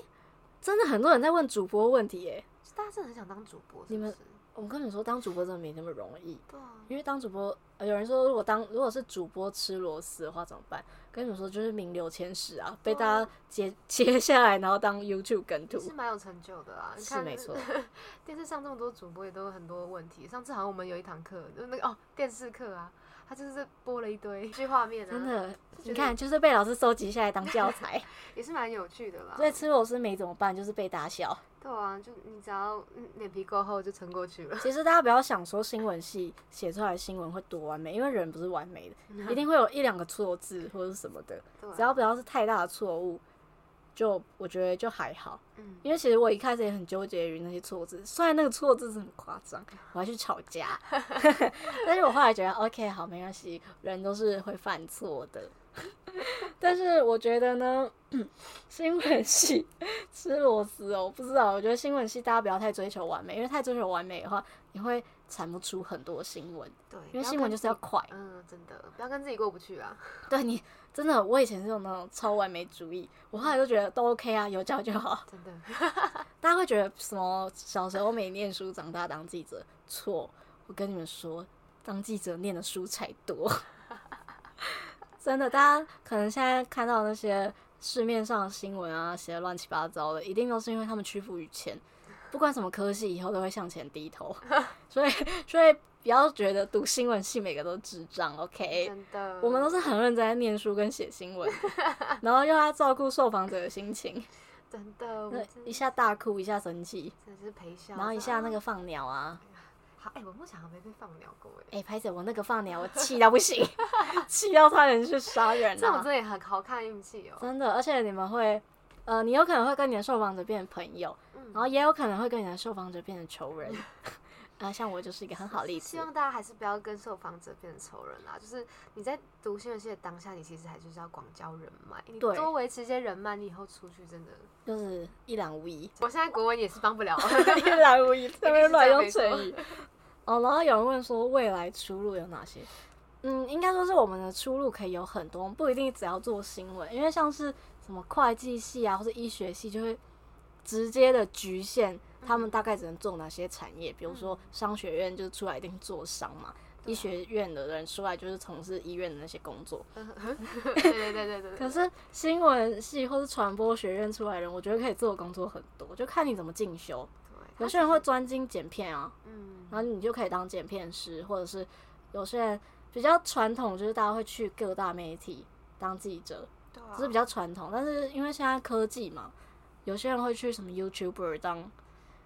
S1: 真的很多人在问主播问题耶、
S2: 大家真的很想当主播，
S1: 你们
S2: 是不是
S1: 我跟你说，当主播真的没那么容易，
S2: 对啊，
S1: 因为当主播，呃有人说如果当如果是主播吃螺丝的话怎么办？跟你们说，就是名留千史啊，被大家 截截下来，然后当 YouTube 跟
S2: 也
S1: 图
S2: 是。蛮有成就的啊。你
S1: 是
S2: 看
S1: 没错，
S2: 电视上这么多主播也都有很多问题。上次好像我们有一堂课，就是那个哦 电视课啊，他就是播了一堆剧画面啊，
S1: 真的，
S2: 就觉得
S1: 你看，就是被老师收集下来当教材。
S2: 也是蛮有趣的啦。
S1: 所以吃螺丝没怎么办，就是被打小。
S2: 对啊，就你只要嗯脸皮够厚就撑过去了。
S1: 其实大家不要想说新闻系写出来的新闻会多完美，因为人不是完美的，一定会有一两个错字或者什么的，
S2: 嗯对啊、
S1: 只要不要是太大的错误，就我觉得就还好。
S2: 嗯，
S1: 因为其实我一开始也很纠结于那些错字，虽然那个错字是很夸张，我还去吵架， 但是我后来觉得 OK 好没关系，人都是会犯错的。 但是我觉得呢， 新闻系吃螺丝哦，我不知道，我觉得新闻系大家不要太追求完美，因为太追求完美的话，你会产不出很多新闻，
S2: 对，
S1: 因为
S2: 不
S1: 新闻
S2: 跟
S1: 就是要
S2: 自己
S1: 快。
S2: 嗯，真的不要跟自己过不去啊。
S1: 对你真的，我以前是有那种超完美主义，我后来都觉得都 OK 啊，有教就好。
S2: 真的，
S1: 大家会觉得什么？小时候没念书，长大当记者？错！我跟你们说，当记者念的书才多。 真的，大家可能现在看到那些市面上的新闻啊，写的乱七八糟的，一定都是因为他们屈服于钱，不管什么科系，以后都会向前低头。所以，所以不要觉得读新闻系每个都智障，OK？
S2: 真的，
S1: 哎我们都是很认真在念书跟写新闻的，然后又要照顾受访者的心情，
S2: 真的，我
S1: 那
S2: 们真
S1: 一
S2: 的
S1: 下大哭，一下生气，
S2: 真的是陪笑。
S1: 然后一下那个放鸟啊，
S2: 好，哎、我目前好像没被放鸟过哎、
S1: 哎、拍着我那个放鸟，我气到不行， 气到差点去杀人
S2: 这种
S1: 啊
S2: 真！的也很好看运气哦。
S1: 真的，而且你们会，呃，你有可能会跟你的受访者变成朋友，
S2: 嗯
S1: 然后也有可能会跟你的受访者变成仇人。 啊、像我就是一个很好例
S2: 希
S1: 子。
S2: 望大家还是不要跟受访者变成仇人啦。就是你在读新闻系的当下，你其实还就是要广交人脉，你
S1: 对
S2: 多维持一些人脉，你以后出去真的。
S1: 就是一览无遗，
S2: 我现在国文也是帮不了，
S1: 一览无遗，在那边乱用成
S2: 一定是这样没
S1: 语。哦，然后有人问说未来出路有哪些？嗯，应该说是我们的出路可以有很多，不一定只要做新闻，因为像是什么会计系啊，或者医学系，就会直接的局限
S2: 嗯
S1: 他们大概只能做哪些产业，比如说商学院就出来一定做商嘛，
S2: 啊
S1: 医学院的人出来就是从事医院的那些工作。
S2: 对对对对对。
S1: 可是新闻系或是传播学院出来的人，我觉得可以做的工作很多，就看你怎么进修。有些人会，专精剪片啊，
S2: 嗯，
S1: 然后你就可以当剪片师，或者是有些人比较传统，就是大家会去各大媒体当记者，
S2: 对啊
S1: 这是比
S2: 较
S1: 较传统。但是因为现在科技嘛，有些人会去什么 YouTuber 当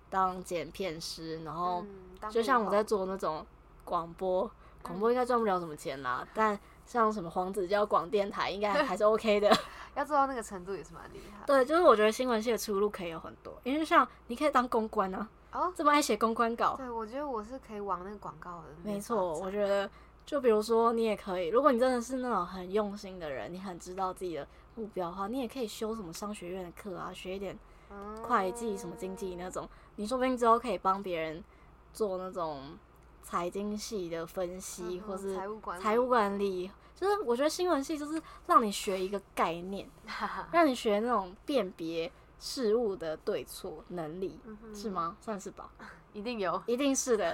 S1: 当剪片师，
S2: 嗯
S1: 然后哦就像
S2: 哦
S1: 我在做那种广播，广播应该赚不了什么钱啦，但像什么黄子佼广电台应该还是 OK 的。
S2: 要做到那个程度也是蛮厉害的。
S1: 对，就是我觉得新闻系的出路可以有很多，因为像你可以当公关啊，
S2: 哦，
S1: 这么爱写公关稿，
S2: 对，我觉得我是可以往那个广告的那边发展。
S1: 没错，我觉得就比如说你也可以，如果你真的是那种很用心的人，你很知道自己的目标的话，你也可以修什么商学院的课啊，学一点
S2: 嗯
S1: 会计什么经济那种，你说不定之后可以帮别人做那种财经系的分析，
S2: 嗯哼
S1: 或是
S2: 财务管理
S1: 财务管理。就是我觉得新闻系就是让你学一个概 念，让你学那种辨别事物的对错能力，
S2: 嗯哼
S1: 是吗？算是 吧，
S2: 一定有，
S1: 一定是 的，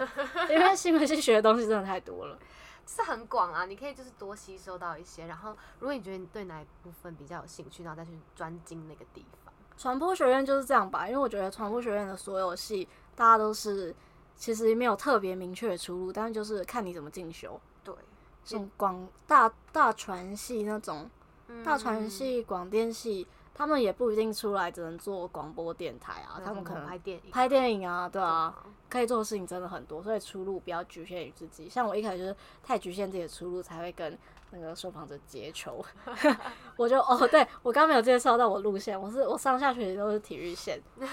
S1: 因为新闻系学的东西真的太多了。
S2: 是很广啊，你可以就是多吸收到一些，然后如果你觉得你对哪一部分比较有兴趣，然后再去专精那个地方。
S1: 传播学院就是这样吧，因为我觉得传播学院的所有系，大家都是其实没有特别明确的出路，但是就是看你怎么进修。
S2: 对，
S1: 像广大大传系那种，大传
S2: 嗯嗯
S1: 系、广电系，他们也不一定出来只能做广播电台啊，
S2: 对
S1: 他们可
S2: 可能拍
S1: 能
S2: 电影，
S1: 拍电影啊，对啊，
S2: 对啊
S1: 可以做的事情真的很多，所以出路不要局限于自己。像我一开始就是太局限自己的出路，才会跟那个受访者结仇。 我就哦，对我刚没有介绍到我路线，我是我上下学期都是体育线，
S2: 没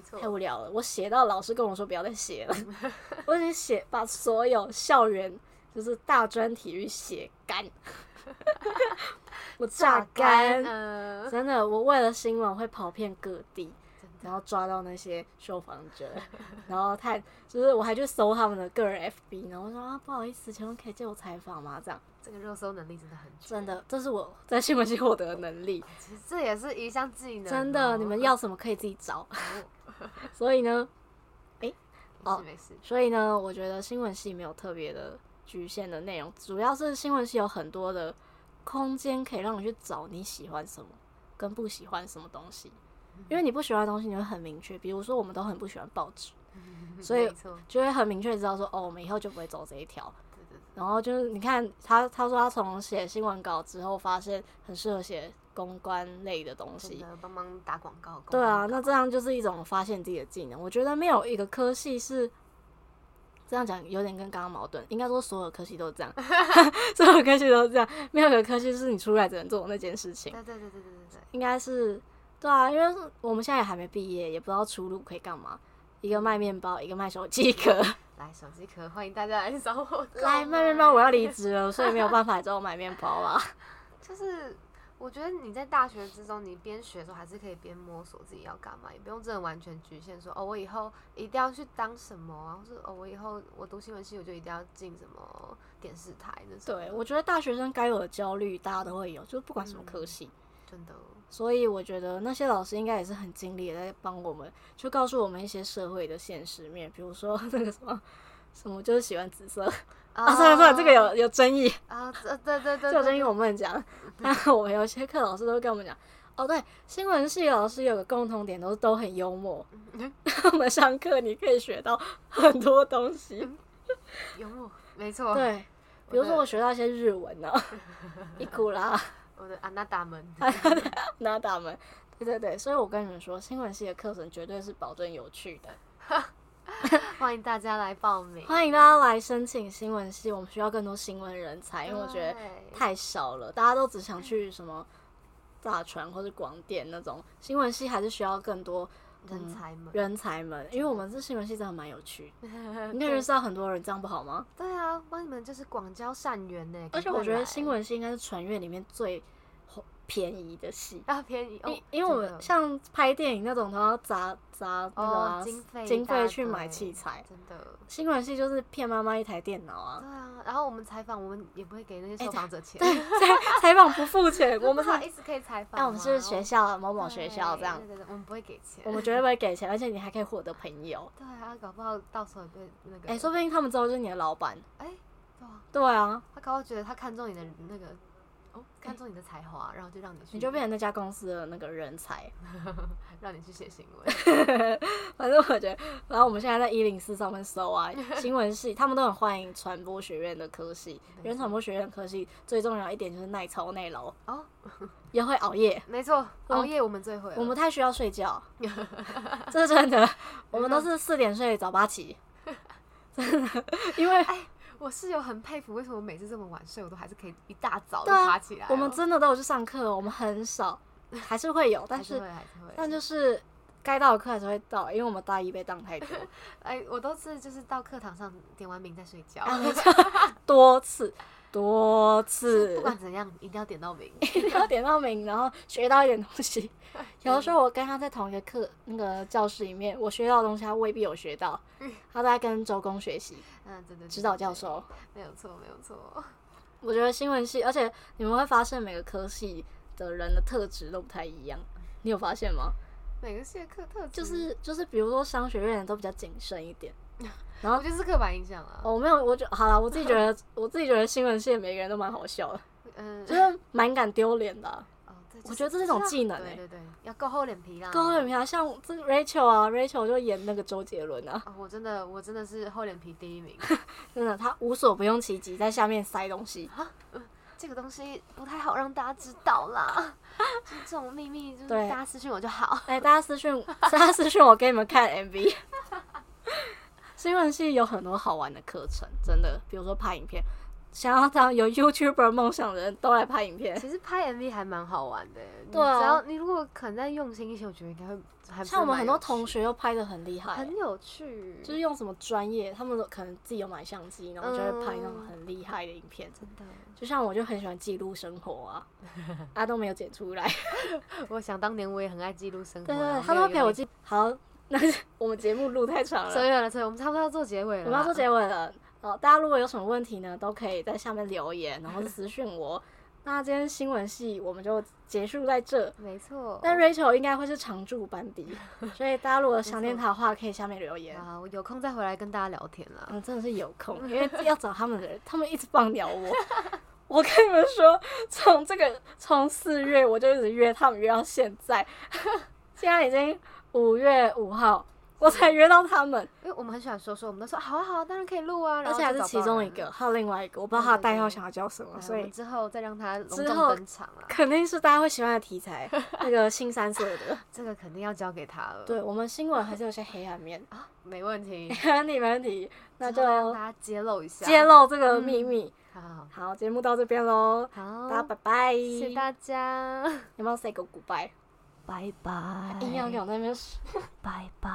S1: 太
S2: 错，
S1: 无聊了。我写到老师跟我说不要再写了， 我已经写把所有校园就是大专体育写干， 我榨干。
S2: 嗯，
S1: 真的，我为了新闻会跑遍各地，
S2: 真的
S1: 然后抓到那些受访者， 然后他就是我还去搜他们的个人 FB，然后说啊不好意思，请问可以借我采访吗？这样
S2: 这个热搜能力真的很强
S1: 真，的，这是我在新闻系获得的能力，
S2: 其实这也是一项技能哦。
S1: 真的，你们要什么可以自己找。
S2: 哦
S1: 所以呢，
S2: 没
S1: 哦
S2: 事没事，
S1: 所以呢，我觉得新闻系没有特别的局限的内容，主要是新闻系有很多的空间可以让你去找你喜欢什么跟不喜欢什么东西。因为你不喜欢的东西，你会很明确。比如说，我们都很不喜欢报纸，所以
S2: 没错，
S1: 就会很明确知道说，哦，我们以后就不会走这一条。
S2: 对对对，
S1: 然后就是你看他，他说他从写新闻稿之后，发现很适合写公关类的东
S2: 真
S1: 西。
S2: 的帮忙打广告。
S1: 对啊，
S2: 广告
S1: 那这样就是一种发现自己的技能。我觉得没有一个科系是这样讲，有点跟刚刚矛盾。应该说所有科系都 这样，所有科系都这样，没有一个科系是你出来只能做那件事情。
S2: 对对对对对对对，
S1: 应该是对啊，因为我们现在也还没毕业，也不知道出路可以干嘛。一个卖面包，一个卖手机壳。
S2: 来手机壳，欢迎大家来找我。
S1: 来卖面包，我要离职了，所以没有办法来找我买面包啊啦。
S2: 就是我觉得你在大学之中，你边学的时候还是可以边摸索自己要干嘛，也不用真的完全局限说哦，我以后一定要去当什么啊，或是哦，我以后我读新闻系我就一定要进什么电视台那种的。
S1: 对，我觉得大学生该有的焦虑大家都会有，就是不管什么科系。
S2: 真的
S1: 所以我觉得那些老师应该也是很尽力的在帮我们，就告诉我们一些社会的现实面，比如说那个什么什么就是喜欢紫色啊，算了算了，这个有有争议，
S2: 啊，这对对对
S1: 这个争
S2: 对，
S1: 议我们讲。 但我们有些课老师都会跟我们讲，哦对，新闻系老师有个共同点，都是都很幽默。 他们上课你可以学到很多东西，
S2: 幽默，没错，
S1: 对，比如说哦我学到一些日文 啊，伊古拉。
S2: 我的安娜达门，
S1: 拿打门。对对对，所以我跟你们说，新闻系的课程绝对是保证有趣的，
S2: 欢迎大家来报名。
S1: 欢迎大家来申请新闻系，我们需要更多新闻人才，哎因为我觉得
S2: 对
S1: 太少了，大家都只想去什么大传或者广电那种，新闻系还是需要更多
S2: 人才们，
S1: 人才们，因为我们这新闻系真的蛮有趣，你可以
S2: 对
S1: 认识到很多人，这样不好吗？
S2: 对啊，帮你们就是广交善缘呢。
S1: 而且
S2: 赶快
S1: 我觉得
S2: 来
S1: 新闻系应该是传阅里面最便宜的戏。
S2: 啊，便宜哦
S1: 因，因为我
S2: 真
S1: 们
S2: 的
S1: 像拍电影那种，都要砸砸那个啊、
S2: 哦经费
S1: 经
S2: 一大
S1: 费去买
S2: 堆
S1: 器材。
S2: 真的。
S1: 新闻系就是骗妈妈一台电脑啊
S2: 对，啊，然后我们采访，我们也不会给那些
S1: 哎
S2: 受访者钱，
S1: 采采访不付钱，我们是
S2: 不好意思可以采访
S1: 哎，
S2: 吗。哦
S1: 我们是学校某某学
S2: 对
S1: 校这样
S2: 对，对对，我们不会给钱。
S1: 我们绝对不会给钱，而且你还可以获得朋友。
S2: 对啊，搞不好到时候也被那个
S1: 哎、说不定他们之后就是你的老板。
S2: 哎，对啊，
S1: 对啊，
S2: 他搞不好觉得他看中你的那个哦，看中你的才华，然后就让你去，
S1: 你就变成那家公司的那个人才。
S2: 让你去写新闻。
S1: 反正我觉得，然后我们现在在一零四上面搜啊，新闻系他们都很欢迎传播学院的科系，因为传播学院的科系最重要一点就是耐操耐劳，
S2: 哦，
S1: 也会熬 夜。
S2: 没错，
S1: 我
S2: 熬夜我们最会了，
S1: 我们太需要睡 觉，这是真的。我们都
S2: 嗯
S1: 是四点睡，早八起，真的，因为
S2: 哎我是有很佩服，为什么每次这么晚睡，我都还是可以一大早就
S1: 对啊
S2: 爬起来哦。
S1: 我们真的都有去上课，我们很少，还是会有，但
S2: 还是
S1: 是
S2: 会还是会，
S1: 但就是该到的课还是会到，因为我们大一被当 太多
S2: 哎，我都是就是到课堂上点完名再睡觉，
S1: 哦 多次多
S2: 就
S1: 次
S2: 是不，管怎样一定要点 到名。
S1: 一定要点到名，然后学到一点东西。有的时候我跟他在同一个课那个教室里面，我学到的东西他未必有学到，他都在跟周公学习，
S2: 嗯，真的，
S1: 指导教授。
S2: 没有错，没有错。
S1: 我觉得新闻系，而且你们会发现每个科系的人的特质都不太一样，你有发现吗？
S2: 每个系的课特质
S1: 就是就是，比如说商学院的都比较谨慎一点。然后
S2: 我觉得是刻板印象啊。
S1: 哦，我没有，我就好了。我自己觉得，我自己觉得新闻系的每个人都蛮好笑的，
S2: 嗯，
S1: 就是蛮敢丢脸的啊、
S2: 哦，对
S1: 我觉得这是一种技能欸
S2: 对对对，要够厚脸皮啦。
S1: 高冷。皮啊，像这个 Rachel 啊，Rachel 就演那个周杰伦啊，
S2: 啊，我真的，我真的是厚脸皮第一名。
S1: 真的，他无所不用其极，在下面塞东 西。
S2: 这个东西不太好让大家知道啦， 就是这种秘密，就是
S1: 对
S2: 大家私信我就好。
S1: 哎、大家私讯， 大家私讯我给你们看 MV。新闻系有很多好玩的课程，真的，比如说拍影片，想要当有 YouTuber 梦想的人都来拍影片。
S2: 其实拍 MV 还蛮好玩的欸，你
S1: 对啊
S2: 只要你如果肯再用心一些，我觉得应该会还不是
S1: 像我们
S2: 蛮
S1: 很
S2: 有
S1: 多
S2: 趣
S1: 同学又拍的很厉害，
S2: 很有趣，
S1: 就是用什么专业，他们都可能自己有买相机，然后就会拍那种很厉害的影片。
S2: 真的，
S1: 就像我就很喜欢记录生活 啊，啊都没有剪出来。
S2: 我想当年我也很爱记录生活，
S1: 对
S2: 然
S1: 对，
S2: 后
S1: 他
S2: 没
S1: 都
S2: 有
S1: 陪我
S2: 用
S1: 记。好，那 我们节目录太长
S2: 扯
S1: 了，
S2: 远了，扯远了，我们差不多要做结尾了
S1: 我们
S2: 啦。
S1: 要做结尾了。哦，大家如果有什么问题呢，都可以在下面留言，然后私讯我。那今天新闻系我们就结束在这。
S2: 没错。
S1: 但 Rachel 应该会是常驻班底，所以大家如果想念他的话，可以下面留言。
S2: 啊，我有空再回来跟大家聊天啦。
S1: 嗯，真的是有空，因为要找他们的人，他们一直放鸟我。 我跟你们说，从这个从四月我就一直约他们，约到现在， 现在已经五月五号，我才约到他们，
S2: 因为我们很喜欢说说，我们都说好啊好啊，当然可以录啊，
S1: 而
S2: 然后
S1: 且还
S2: 就是找
S1: 其
S2: 不到
S1: 中一
S2: 人嗯
S1: 个，还有另外一个，我不知道他的代号想要叫什
S2: 对
S1: 么，
S2: 我
S1: 所
S2: 们
S1: 以
S2: 之后再让他隆
S1: 之
S2: 重
S1: 后
S2: 登场啦。
S1: 肯定是大家会喜欢的题 材，那个新三色的。
S2: 这个肯定要交给他了。
S1: 对我们新闻还是有些黑暗面，
S2: 啊，没问题。
S1: 没问题，没问题，那
S2: 之后再让
S1: 就
S2: 大家揭露一下。
S1: 揭。露这个秘密。
S2: 好好
S1: 好，节目到这边喽。
S2: 好，
S1: 大家拜拜，
S2: 谢谢大家，
S1: 有没
S2: 哎
S1: 有 say 个 goodbye？
S2: 拜拜
S1: 硬要给我在那边说
S2: 拜拜。